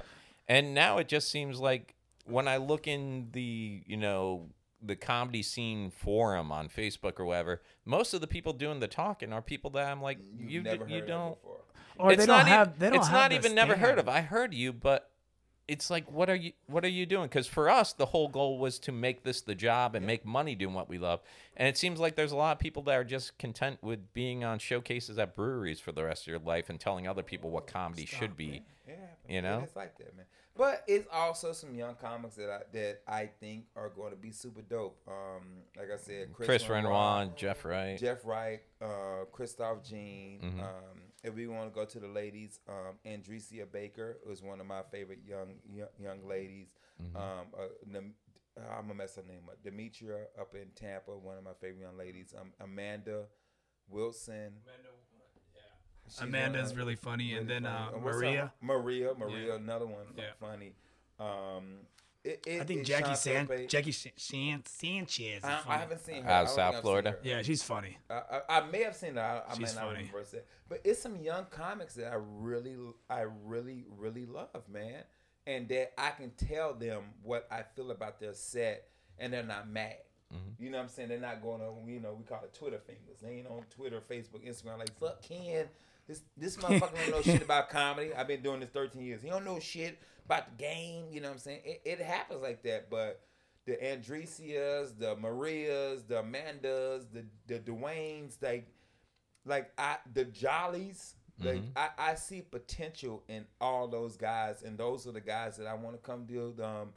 and now it just seems like when i look in the you know the comedy scene forum on facebook or whatever most of the people doing the talking are people that i'm like You've you d- never you heard of it don't before. Or it's they don't not even- have. they don't it's have not the even never heard stand. of i heard you but it's like what are you what are you doing because for us the whole goal was to make this the job and make money doing what we love and it seems like there's a lot of people that are just content with being on showcases at breweries for the rest of your life and telling other people what comedy should be It happens. You Yeah, know? it's like that, man. But it's also some young comics that I that I think are going to be super dope. Um, like I said, Chris, chris Renoir, renoir jeff wright Jeff Wright, uh, Christoph Jean. Mm-hmm. Um, if we want to go to the ladies, um, Andresia Baker was one of my favorite young young, young ladies. Mm-hmm. Um, uh, Nam- I'm gonna mess her name up. Demetria up in Tampa, one of my favorite young ladies. Um, Amanda Wilson. She's one Amanda's of- really funny, and really then uh, funny. And what's up? Maria. Maria, Maria, Yeah. another one fu- Yeah. funny. Um, it, it, I think it's Jackie Sean San Phillippe. Jackie San- San- Sanchez. Is I, I funny. haven't seen Out of her. I don't think South I've seen Florida? her. Yeah, she's funny. I, I, I may have seen her. I, I She's may not funny. remember it. But it's some young comics that I really, I really, really love, man. And that I can tell them what I feel about their set, and they're not mad. You know what I'm saying? They're not going to, you know, we call it Twitter fingers. They ain't on Twitter, Facebook, Instagram. Like fuck Ken. This this motherfucker don't know shit about comedy. I've been doing this 13 years. He don't know shit about the game. You know what I'm saying? It, it happens like that, but the Andresias, the Marias, the Amandas, the the Dwaynes, like like I the Jollies, like I, I see potential in all those guys, and those are the guys that I want to come deal with. Um,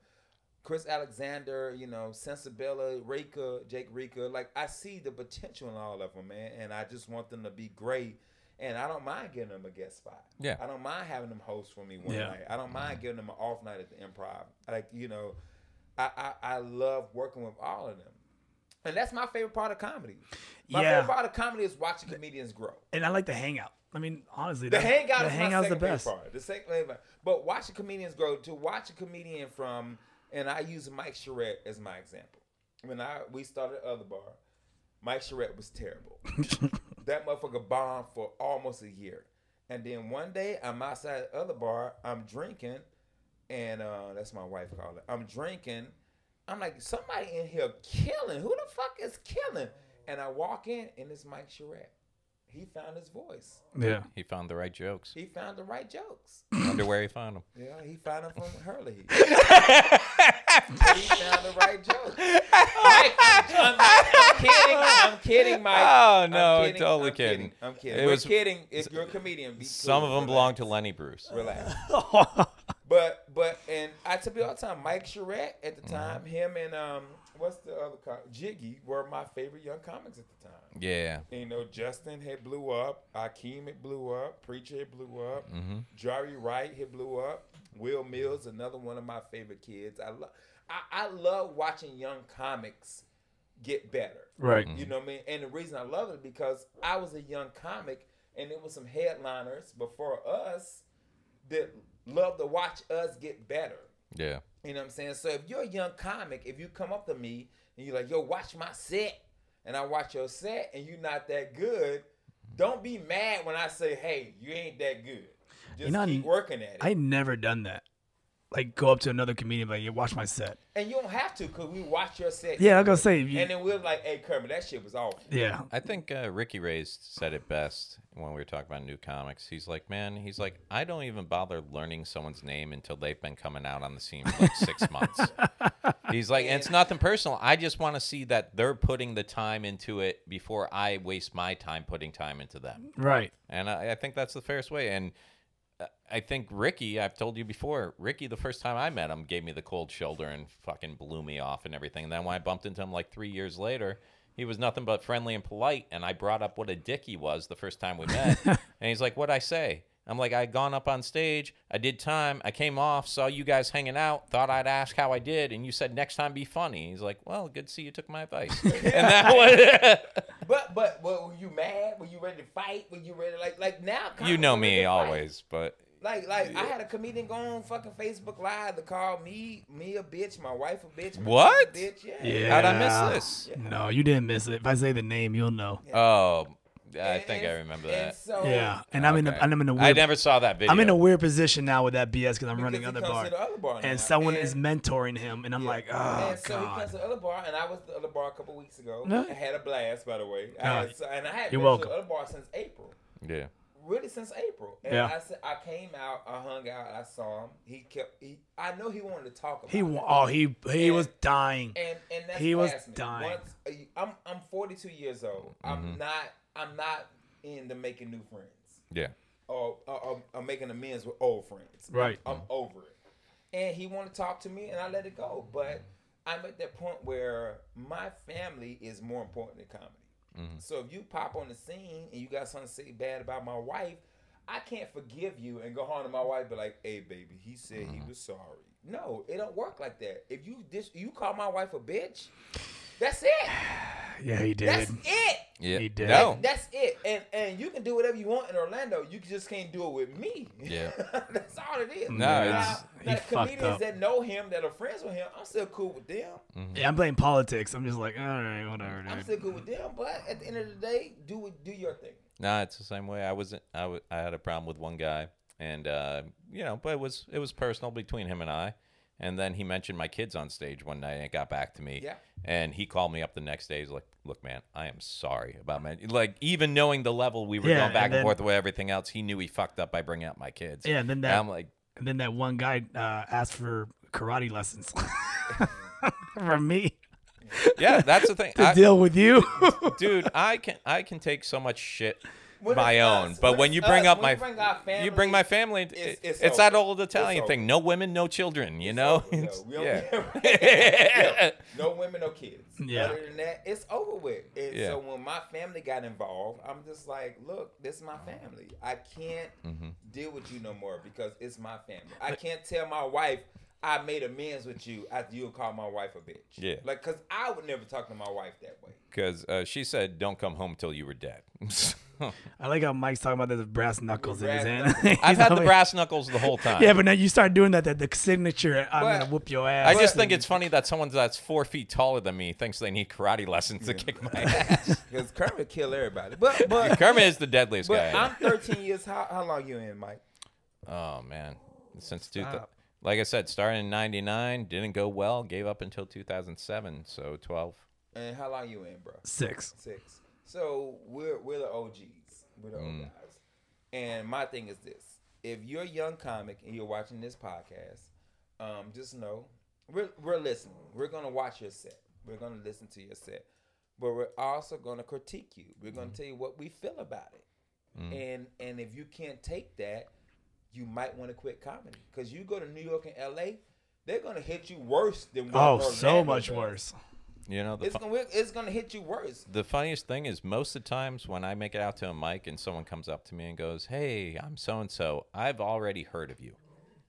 Chris Alexander, you know, Sensabella, Rika, Jake Rika, like I see the potential in all of them, man, and I just want them to be great. And I don't mind giving them a guest spot. Yeah. I don't mind having them host for me one Yeah. night. I don't mind giving them an off night at the improv. Like, you know, I, I, I love working with all of them. And that's my favorite part of comedy. My Yeah. favorite part of comedy is watching comedians grow. And I like the hangout. I mean, honestly, The that- hangout the is hangout's my the second favorite best. part. The second favorite part. But watching comedians grow, to watch a comedian from, and I use Mike Charette as my example. When I we started Other Bar, Mike Charette was terrible. that motherfucker bombed for almost a year. And then one day I'm outside the Other Bar, I'm drinking, and uh, that's my wife calling. I'm drinking. I'm like, somebody in here killing. Who the fuck is killing? And I walk in, and it's Mike Charette. He found his voice. Yeah. he found the right jokes He found the right jokes. wonder where he found them Yeah, he found them from Hurley. he found the right jokes. Mike, I'm, I'm kidding. I'm kidding, Mike. Oh, I'm no, kidding, totally I'm kidding. kidding. I'm kidding. It We're was- kidding. If you're a comedian, be some cool, of them relax, belong to lenny bruce Relax. oh But but and I tell you all the time, Mike Charette at Mm-hmm. the time, him and um, what's the other co Jiggy were my favorite young comics at the time. yeah You know, Justin had blew up. Akeem had blew up. Preacher had blew up. Jerry Wright had blew up. Will Mills, another one of my favorite kids. I love, I, I love watching young comics get better. Right. You know what I mean? And the reason I love it because I was a young comic, and it was some headliners before us that loved to watch us get better. yeah You know what I'm saying? So if you're a young comic, if you come up to me and you're like, yo, watch my set, and I watch your set and you're not that good, don't be mad when I say, hey, you ain't that good. Just know, keep working at it. I never done that. Like go up to another comedian, and be like, yeah, watch my set. and you don't have to because we watch your set. Yeah, I'm gonna say. if you- And then we're like, hey, Kermit, that shit was awful. yeah. I think uh, Ricky Ray's said it best when we were talking about new comics. He's like, man, he's like, I don't even bother learning someone's name until they've been coming out on the scene for like six months. He's like, and it's nothing personal. I just want to see that they're putting the time into it before I waste my time putting time into them. Right. And I, I think that's the fairest way. And uh, I think Ricky, I've told you before, Ricky, the first time I met him, gave me the cold shoulder and fucking blew me off and everything. And then when I bumped into him like three years later, He was nothing but friendly and polite, and I brought up what a dick he was the first time we met, and he's like, "What'd I say?" I'm like, "I'd gone up on stage, I did time, I came off, saw you guys hanging out, thought I'd ask how I did, and you said next time be funny." He's like, "Well, good to see you took my advice," and that was. But but well, were you mad? Were you ready to fight? Were you ready like like now? you comics know are ready me to fight. always, but Like like I had a comedian go on fucking Facebook Live to call me me a bitch, my wife a bitch, my What? kid a bitch. Yeah. how'd I miss this? No, you didn't miss it. If I say the name, you'll know. Oh, I And- think I and- remember and that. so- Yeah, and I'm in a, Okay. and I'm in a I weird never saw that video. I'm in a weird position now with that BS because I'm running he other comes bar, to the other bar now. and someone is And- mentoring him, and I'm like, oh and so he comes god, to the other bar, and I was at the other bar a couple weeks ago. No. I had a blast, by the way. I No. had, so- and I had You're been welcome. to the other bar since April, Yeah. really since April. And Yeah. I said I came out, I hung out, I saw him. He kept. He, I know he wanted to talk about. he it. wa- oh he he And- was dying. and and that's He was past me. dying. Once- uh, I'm I'm 42 years old. Mm-hmm. I'm not I'm not into making new friends Yeah. or, or, or, or making amends with old friends. I'm- Right. I'm, over it. And he wanted to talk to me, and I let it go. But I'm at that point where my family is more important than comedy. So if you pop on the scene and you got something to say bad about my wife, I can't forgive you and go home to my wife and be like, "Hey, baby, he said he was sorry." No, it don't work like that. If you dis- you call my wife a bitch, that's it. Yeah, he That's did. it. Yeah. He did. No. That's it. And and you can do whatever you want in Orlando. You just can't do it with me. Yeah. That's all it is. No, now, it's- he now the fucked comedians up. that know him that are friends with him, I'm still cool with them. Mm-hmm. Yeah, I'm playing politics. I'm just like, all right, whatever, I'm dude. still cool with them. But at the end of the day, do it- do your thing. No, it's the same way. I was I wa- I had a problem with one guy, and uh, you know, but it was it was personal between him and I. And then he mentioned my kids on stage one night, and it got back to me. Yeah. And he called me up the next day. He's like, "Look, man, I am sorry about my like even knowing the level we were Yeah, going back and and, then- forth with everything else. He knew he fucked up by bringing up my kids. Yeah, and then And that- I'm like, And then that one guy uh, asked for karate lessons from me yeah, that's the thing. to I- deal with you. dude i can i can take so much shit When my it's own us- but when when it's you bring us, up my when you bring our family, you bring my family it- it's- it's, it's that over. old italian It's thing over. no women no children you know Yeah, It's- we don't- yeah. No women, no kids. Yeah. Other than that, it's over with. And Yeah. so when my family got involved, I'm just like, look, this is my Uh-huh. family. I can't Mm-hmm. deal with you no more because it's my family. I can't tell my wife I made amends with you after you called my wife a bitch. Yeah. Like, cause I would never talk to my wife that way. because uh, she said don't come home till you were dead I like how Mike's talking about this brass knuckles in his Brass hand. knuckles. i've He's had the always- brass knuckles the whole time Yeah, but now you start doing that. That the signature, I'm But- gonna whoop your ass. I just think it's funny that someone that's four feet taller than me thinks they need karate lessons to kick my ass. Cause Kermit kill everybody. But but Kermit is the deadliest but guy. I'm 13 years. How how long you in, Mike? Oh man, since two, thou- like I said, starting in '99, didn't go well. Gave up until 2007, so 12. And how long you in, bro? six. six. So we're we're the OGs. We're the Mm. old guys. And my thing is this: if you're a young comic and you're watching this podcast, um, just know we're we're listening. We're gonna watch your set. We're gonna listen to your set, but we're also gonna critique you. We're gonna Mm-hmm. tell you what we feel about it. Mm. And and if you can't take that, you might want to quit comedy because you go to New York and LA. They're gonna hit you worse than what Oh, so Orlando much does. worse. You know, the It's fu- gonna it's gonna hit you worse. the funniest thing is most of the times when I make it out to a mic and someone comes up to me and goes, "Hey, I'm so and so. I've already heard of you.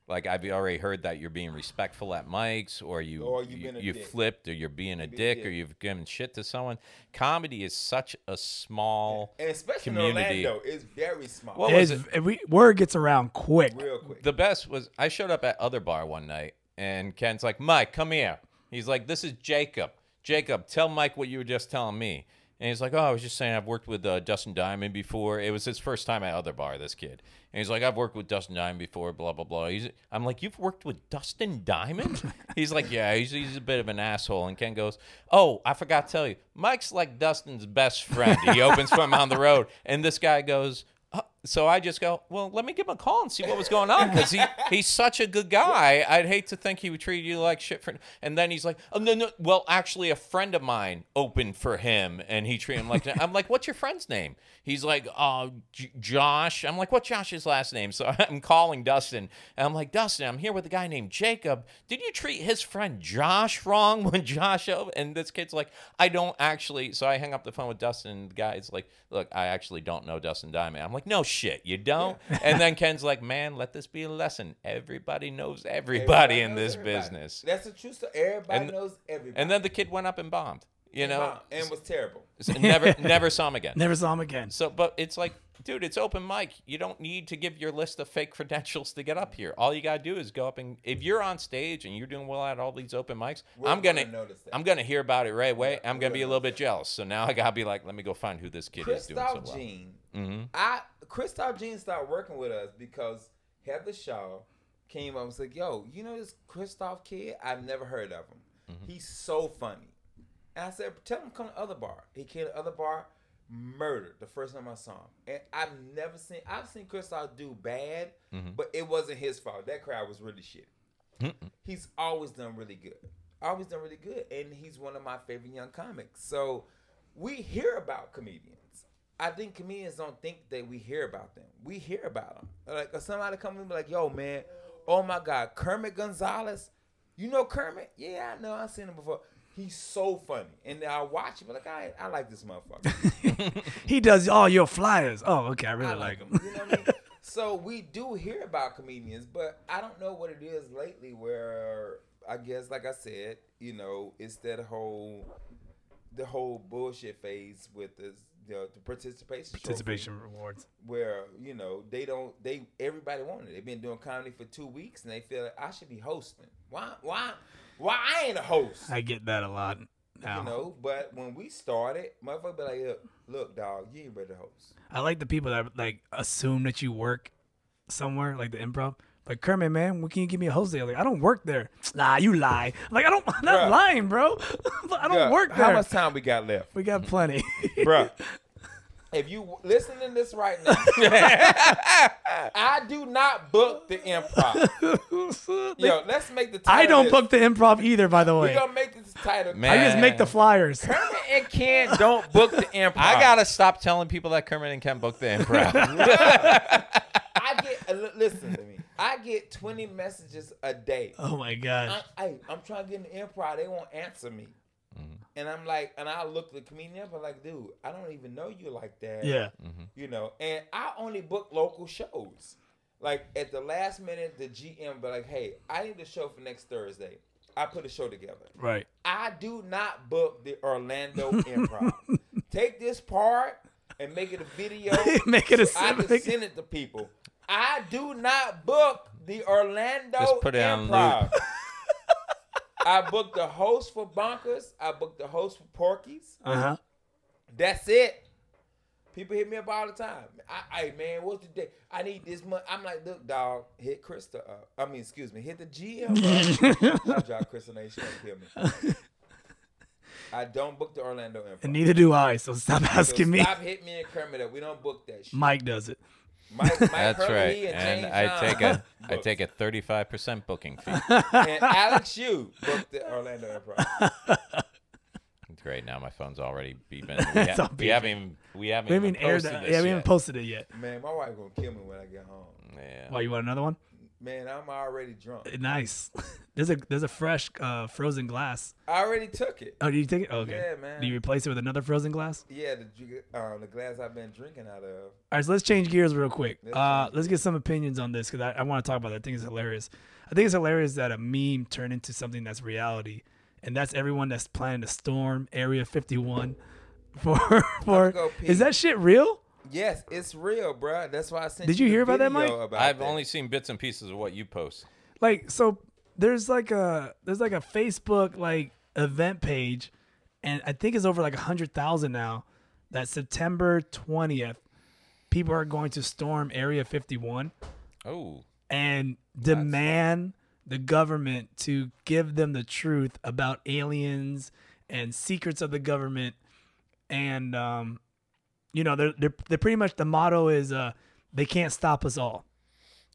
Like I've already heard that you're being respectful at mics, or you Or Oh, you've you, been a you dick. flipped, or you're being a dick, or dick. you've given shit to someone. Comedy is such a small And especially community. in Orlando, it's very small. Well, What was It's, we, word gets around quick. real quick. The best was I showed up at other bar one night and Ken's like, Mike, come here. He's like, This is Jacob. Jacob, tell Mike what you were just telling me. And he's like, Oh, I was just saying I've worked with uh, Dustin Diamond before. It was his first time at other bar, this kid. And he's like, I've worked with Dustin Diamond before, blah, blah, blah. He's, I'm like, You've worked with Dustin Diamond? he's like, Yeah, he's, he's a bit of an asshole. And Ken goes, Oh, I forgot to tell you, Mike's like Dustin's best friend. He opens for him on the road. And this guy goes, "Oh, so I just go, well, let me give him a call and see what was going on because he, he's such a good guy. I'd hate to think he would treat you like shit. For, and then he's like, oh, no, no. Well, actually, a friend of mine opened for him and he treated him like that. I'm like, what's your friend's name? He's like, oh, J- Josh. I'm like, what Josh's last name? So I'm calling Dustin and I'm like, Dustin, I'm here with a guy named Jacob. Did you treat his friend Josh wrong when Josh opened? And this kid's like, I don't actually. So I hang up the phone with Dustin and the guy's like, look, I actually don't know Dustin Diamond. I'm like, no shit, you don't. and then Ken's like, man, let this be a lesson. Everybody knows everybody, in this knows everybody. business. That's the truth. story. Everybody And- knows everybody. And then the kid went up and bombed. You know, and it was terrible. So never never saw him again. Never saw him again. So, but it's like, dude, it's open mic. You don't need to give your list of fake credentials to get up here. All you gotta do is go up and if you're on stage and you're doing well at all these open mics, We're I'm gonna, gonna notice that. I'm gonna hear about it right away. I'm gonna we're be a little bit jealous. So now I gotta be like, let me go find who this kid is doing so Christoph well. Mm-hmm. Jean. I Christoph Jean started working with us because Heather Shaw came up and said, "Yo, you know this Christoph kid? I've never heard of him. Mm-hmm. He's so funny." And I said, "Tell him to come to the other bar." He came to the other bar, murdered the first time I saw him. And I've never seen I've seen Christoph do bad, Mm-hmm. but it wasn't his fault. That crowd was really shit. He's always done really good. Always done really good, and he's one of my favorite young comics. So we hear about comedians. I think comedians don't think that we hear about them. We hear about them. Like if somebody comes and be like, "Yo, man, oh my God, Kermit Gonzalez, you know Kermit? Yeah, I know. I've seen him before. He's so funny." And then I watch him, like, I, I like this motherfucker. He does all your flyers. Oh, okay. I really I like like him. them. You know what I mean? So we do hear about comedians, but I don't know what it is lately where I guess like I said, you know, it's that whole the whole bullshit phase with this the, the participation trophy Participation rewards. where you know they don't they everybody wanted it. They've been doing comedy for two weeks and they feel like I should be hosting. Why why why I ain't a host? I get that a lot now. you know, but when we started, motherfucker be like, look, look, dog, you ain't ready to host. I like the people that like assume that you work somewhere, like the improv. Like Kermit, man, when can you give me a host day? Like I don't work there. Nah, you lie. Like I don't. I'm not Bruh. lying, bro. I don't Yeah, work How there. much time we got left? we got plenty. Bruh. If you listening to this right now, I do not book the improv. Yo, let's make the title. I don't this. book the improv either, by the We're way. gonna make this title. Man. I just make the flyers. Kermit and Ken don't book the improv. I gotta stop telling people that Kermit and Ken booked the improv. I get. uh, li- Listen to me. I get twenty messages a day. Oh my gosh. I, I, I'm trying to get an improv. They won't answer me. And I'm like, and I look the comedian up. I'm like, dude, I don't even know you like that. Yeah. you know. And I only book local shows. Like at the last minute, the GM be like, "Hey, I need a show for next Thursday." I put a show together. Right. I do not book the Orlando Improv. Take this part and make it a video. Make it a so I civic- just send it to people. I do not book the Orlando Just put it on Improv. I booked the host for Bonkers. I booked the host for Porky's. Uh Uh-huh. huh. That's it. People hit me up all the time. I, I man, what's the day? I need this month. I'm like, look, dog, hit Krista up. I mean, excuse me, hit the GM up. Shout out Krista Nation, kill me. I don't book the Orlando Improv. And neither do I. So stop So asking me. Stop hitting me and Kermit up. We don't book that shit. Mike does it. Mike, Mike That's Hurley right. And, And James I take John a I booked. take a thirty five percent booking fee. And Alex Yu booked the Orlando Improv. Great. Now my phone's already beeping. We, It's ha- all we haven't even we haven't We even haven't aired posted that. this Yeah, we yet. haven't posted it yet. Man, my wife gonna kill me when I get home. yeah. Why you want another one? Man, I'm already drunk. Nice. There's a there's a fresh uh, frozen glass. I already took it. Oh, did you take it? Oh, okay. Yeah, man. Do you replace it with another frozen glass? Yeah, the dr- um, the glass I've been drinking out of. All right, so let's change gears real quick. Let's Uh, let's get some opinions on this because I, I want to talk about that. I think it's hilarious. I think it's hilarious that a meme turned into something that's reality, and that's everyone that's planning to storm Area 51. For go for pee. is that shit real? Yes, it's real, bruh. That's why I sent. Did you the hear about that, video Mike? about I've that. only seen bits and pieces of what you post. like so there's like a there's like a facebook like event page and i think it's over like 100000 now that september 20th people are going to storm area 51 Oh, and demand the government to give them the truth about aliens and secrets of the government and um you know they're, they're, they're pretty much the motto is uh they can't stop us all.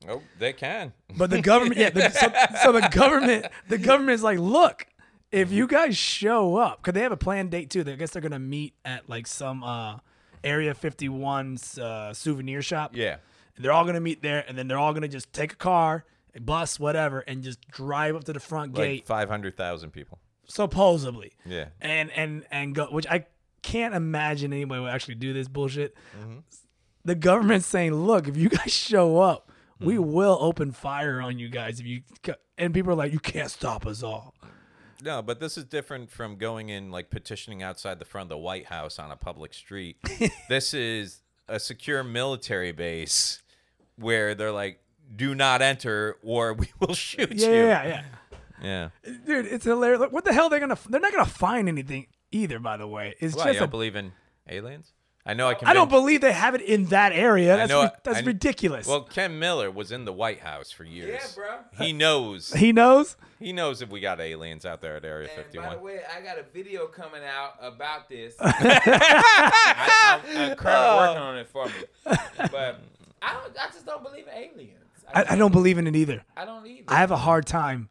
Oh, they can. But the government, yeah. The, so, so the government, the government is like, look, if you guys show up, because they have a planned date too. They- I guess they're gonna meet at like some uh, Area 51's uh, souvenir shop. Yeah. They're all gonna meet there, and then they're all gonna just take a car, a bus, whatever, and just drive up to the front Like gate, 500,000 people. supposedly. Yeah. And and and go, which I can't imagine anybody would actually do this bullshit. Mm-hmm. The government's saying, look, if you guys show up, we Mm-hmm. will open fire on you guys. If you co-" and people are like, you can't stop us all. No, but this is different from going in like petitioning outside the front of the White House on a public street. this is a secure military base where they're like, "Do not enter, or we will shoot Yeah, you." yeah, yeah. yeah. dude it's hilarious Like, what the hell they're gonna they're not gonna find anything either by the way it's Why you just don't a, believe in aliens? I know I can. i don't believe they have it in that area I that's, know- ri- that's I- ridiculous Well, Ken Miller was in the White House for years. bro. He knows. he knows He knows if we got aliens out there at Area And by 51. the way, I got a video coming out about this. I, am currently Oh. working on it for me, but I don't. I just don't believe in aliens. I, I don't believe in it either I don't either. i have a hard time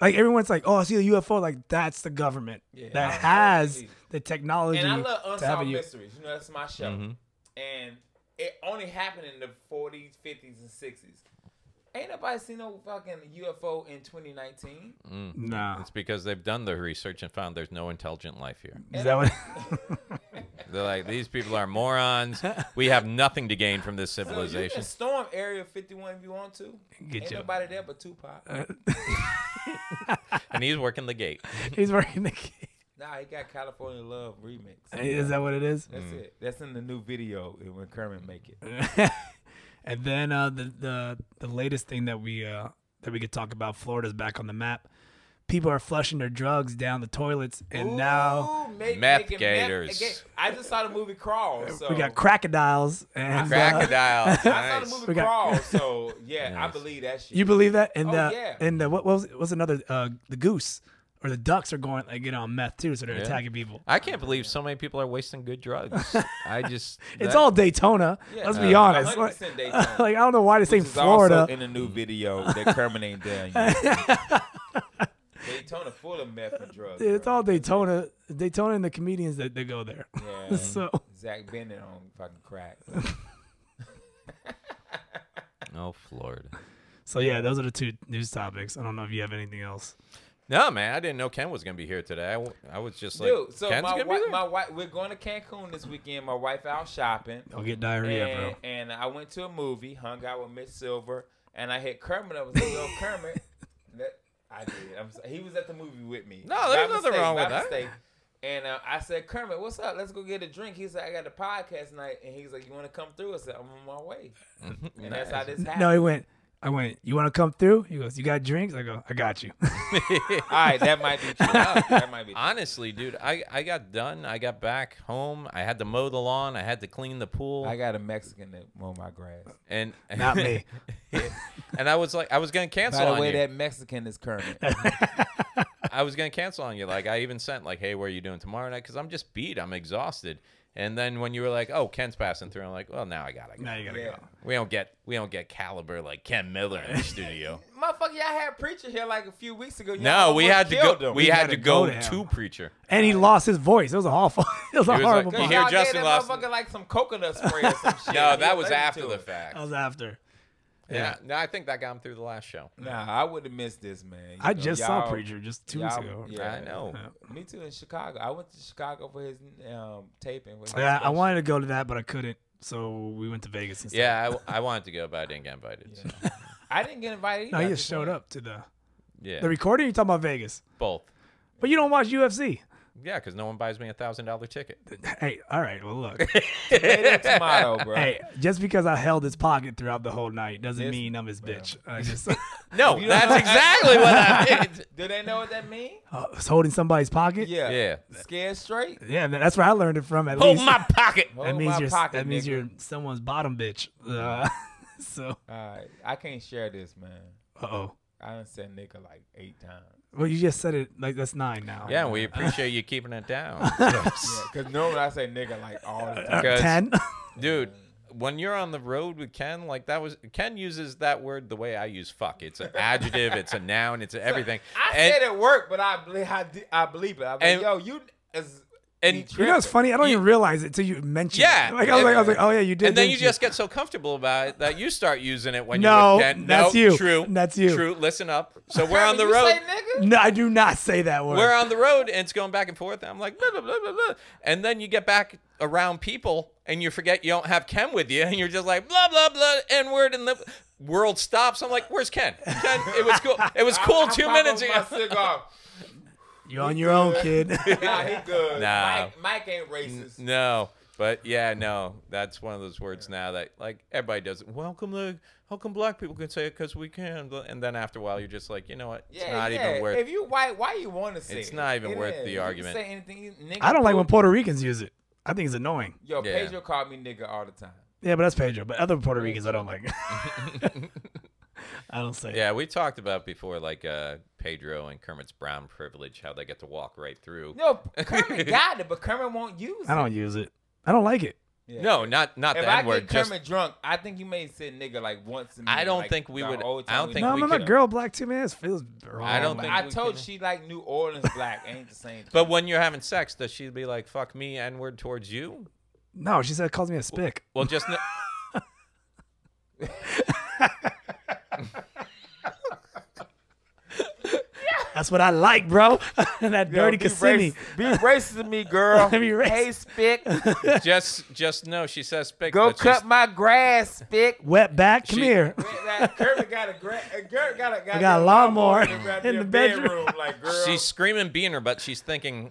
like everyone's like oh i see a ufo like that's the government Yeah. that I don't has believe. the technology and I love to have Mm-hmm. a unsolved U- mysteries. You know, that's my show. And it only happened in the 40s, 50s, and 60s. Ain't nobody seen no fucking UFO in 2019. no It's because they've done the research and found there's no intelligent life here. is that what They're like, these people are morons. We have nothing to gain from this You can civilization. storm Area 51 if you want to. Get Uh, Ain't your- nobody there but Tupac. And he's working the gate. he's working the key. nah, he got California Love remix. is that what it is That's it. That's in the new video when Kermit make it. And then uh, the the the latest thing that we uh, that we could talk about, Florida's back on the map. People are flushing their drugs down the toilets, and now Ooh, make- Meth making gators. ga- I just saw the movie Crawl. So we got crocodiles. And, uh, Crocodile. I saw the Nice. movie We got- Crawl. So yeah, I Nice. believe that shit. you believe that? And Oh, uh, yeah. and uh, what, what was what was another? Uh, the goose or the ducks are going like get on meth too, so they're Yeah. attacking people. I can't believe so many people are wasting good drugs. I just. It's that- all Daytona. let's be uh, honest. Like, 100% Daytona. like, I don't know why they say Which is also Florida. in a new video that Kermit ain't done yet. Daytona full of meth and drugs. it's bro. all Daytona. Daytona and the comedians that, that go there. Yeah. so Zach Bennett on fucking crack. No, oh, Florida. so yeah, those are the two news topics. I don't know if you have anything else. No, man. I didn't know Ken was going to be here today. I, w- I was just like, Dude, so Ken's my going to be wife, there? my wife, we're going to Cancun this weekend. My wife out shopping, I'll get diarrhea, bro. and, and I went to a movie, hung out with Mitch Silver, and I hit Kermit up. I was like, "Yo, Kermit, that, I did. I'm, so- he was at the movie with me. No, there's By nothing mistake, wrong by with that. mistake. And uh, I said, Kermit, what's up? Let's go get a drink. He said, I got a podcast night, and he's like, you want to come through? I said, I'm on my way, and that's how this happened. No, he went. I went. You want to come through? He goes. You got drinks? I go. I got you. All right, that might be true. That might be. True. Honestly, dude, I, I got done. I got back home. I had to mow the lawn. I had to clean the pool. I got a Mexican that mow my grass. and Not me. and I was like, I was gonna cancel By the on way, you. that Mexican is Kermit. I was gonna cancel on you. Like I even sent like, hey, what are you doing tomorrow night? Because I'm just beat. I'm exhausted. And then when you were like, oh, Ken's passing through, I'm like, well, now I gotta go. now you gotta Yeah. go. We don't get we don't get caliber like Ken Miller in the studio. Motherfucker, y'all had preacher here like a few weeks ago. Y'all no, we almost had to go. killed him. We, had gotta to go, go to to him. preacher. And Uh, he lost his voice. It was a awful. It was a He was horrible. like, podcast. "You hear Y'all gave Justin that lost- motherfucker like some coconut spray or some shit. No, He that was allergic after to the it. fact. that was after. Yeah. No, I think that got him through the last show. Nah, I would have missed this, man. You I know, just saw y'all- Preacher just two weeks y'all- ago. Yeah, Yeah. I know. Me too in Chicago. I went to Chicago for his um, taping. with his I special. wanted to go to that, but I couldn't. So we went to Vegas instead. Yeah, I, I wanted to go, but I didn't get invited. so, I didn't get invited. Either. No, he I just just showed went. up to the yeah, the recording. You talking about Vegas? both. But you don't watch UFC. Yeah, because no one buys me a thousand dollar ticket. Hey, all right. Well, look. Tomato, tomato, bro. hey, just because I held his pocket throughout the whole night doesn't This- mean I'm his bitch. I just uh, No, You don't that's know- exactly what I did. Do they know what that means? I was holding somebody's pocket. Yeah. Yeah. Scared straight. Yeah, that's where I learned it from. At Hold least. my pocket. Hold that means my you're pocket, that means nigga. you're someone's bottom bitch. Uh, so, All right, I can't share this, man. uh oh. I done said nigga like eight times. Well, you just said it like that's nine now. Yeah, we appreciate you keeping it down. Yeah, cause normally I say nigga like all the time. Uh, Because- ten. Dude, when you're on the road with Ken, like that was Ken uses that word the way I use fuck. It's an adjective, it's a noun, it's everything. I And- said it worked, but I believe I, di- I believe it. I'm like, And- yo, you is and- you You You know what's tripping. funny? I don't You- even realize it till you mentioned Yeah. it. Like I was like, I was like, oh yeah, you did. and then didn't you just get so comfortable about it that you start using it when No, you're with Ken. that's no, you. True, That's you. True. Listen up. So we're on the You road. say nigga? No, I do not say that word. We're on the road and it's going back and forth. And I'm like, blah, blah, blah, blah, blah. And then you get back around people and you forget you don't have Ken with you. And you're just like, blah, blah, blah, N word. And the world stops. I'm like, where's Ken? Ken it was cool. It was cool I two pop minutes off My ago. cigar. You're on your own, kid. Nah, he good. Nah. Mike, Mike ain't racist. No. But yeah, no, that's one of those words now that like everybody does. it. Well, how come the how come black people can say it because we can? And then after a while, you're just like, you know what? It's Yeah, not yeah. even worth. If you white, why you want to say? It's it? not even It worth is. the You can argument. Say anything, you- nigga, I don't like when Puerto. Puerto Ricans use it. I think it's annoying. Yo, Yeah. Pedro called me nigga all the time. Yeah, but that's Pedro. But other Puerto Ricans, I don't like. I don't say. Yeah, we talked about before, like uh, Pedro and Kermit's brown privilege, how they get to walk right through. No, Kermit got it, but Kermit won't use I it. don't use it. I don't like it. Yeah. No, not not If the I N get word. Just Kermit drunk, I think you may say nigga like once. A minute, I don't like, think we the would- whole I don't time think No, we I'm could- a girl black too, man. It feels wrong. I don't But think I we told could- she like New Orleans black ain't the same. but when you're having sex, does she be like "fuck me" N word towards you? No, she said calls me a spick. Well, just n- That's what I like, bro. that Yo, dirty be Cassini. racist- Be racist to me, girl. Be racist. Hey, Spick, just just no. She says "spick." go but she's- cut my grass, Spick. Wet back. Come She- here. Kirby got a gra- uh, Kirby got a, I got a lawnmower in the bedroom. Like, girl. She's screaming "beaner," but she's thinking.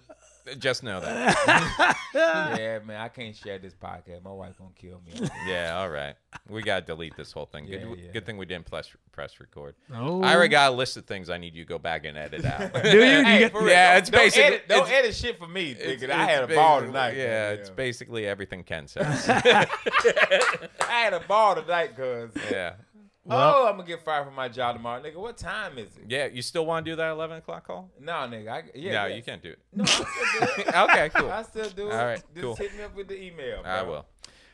Just know that. yeah, man, I can't share this podcast. My wife gonna kill me. Yeah, all right. We gotta delete this whole thing. Good, Yeah, yeah. good thing we didn't press press record. Oh. I already got a list of things I need you to go back and edit out. Do you? you get- real. Yeah, it's don't basic- Edit, don't it's- edit shit for me, It's- nigga. I it's had a ball basically- tonight. Yeah, goddamn. it's basically everything Ken says. I had a ball tonight, cuz. yeah. Well- oh, I'm gonna get fired from my job tomorrow, nigga. What time is it? Yeah, you still want to do that 11 o'clock call? No, nigga. I, yeah, no, yes. you can't do it. No, I still do it. Okay, cool. I still do it. All right, Just cool. hit me up with the email. I bro. will.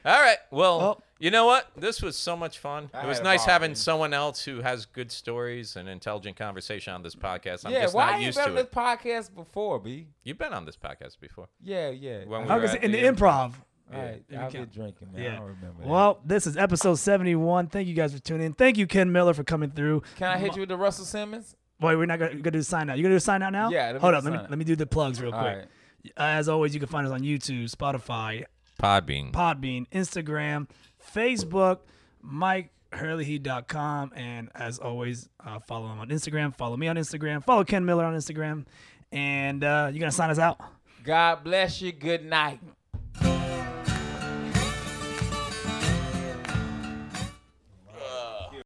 All right. Well, Well- you know what? This was so much fun. I it was had a nice ball, having man. someone else who has good stories and intelligent conversation on this podcast. I'm yeah, just why not ain't used been to on this it. podcast before, B? You've been on this podcast before. Yeah, yeah. When we I All were was at in the the- improv. right, I've been drinking, man. I Yeah. don't remember. that. Well, this is episode 71. Thank you guys for tuning in. Thank you, Ken Miller, for coming through. can I hit you with the Russell Simmons? Boy, we're not gonna, gonna do the sign out. You gonna do the sign out now? Yeah, let me Hold do up. Let me sign out. let me do the plugs real All quick. Uh, right. As always, you can find us on YouTube, Spotify, Podbean. Podbean, Instagram, Facebook, MikeHurleyHeat.com. And as always, uh, follow him on Instagram. Follow me on Instagram. Follow Ken Miller on Instagram. And uh, you going to sign us out? God bless you. Good night.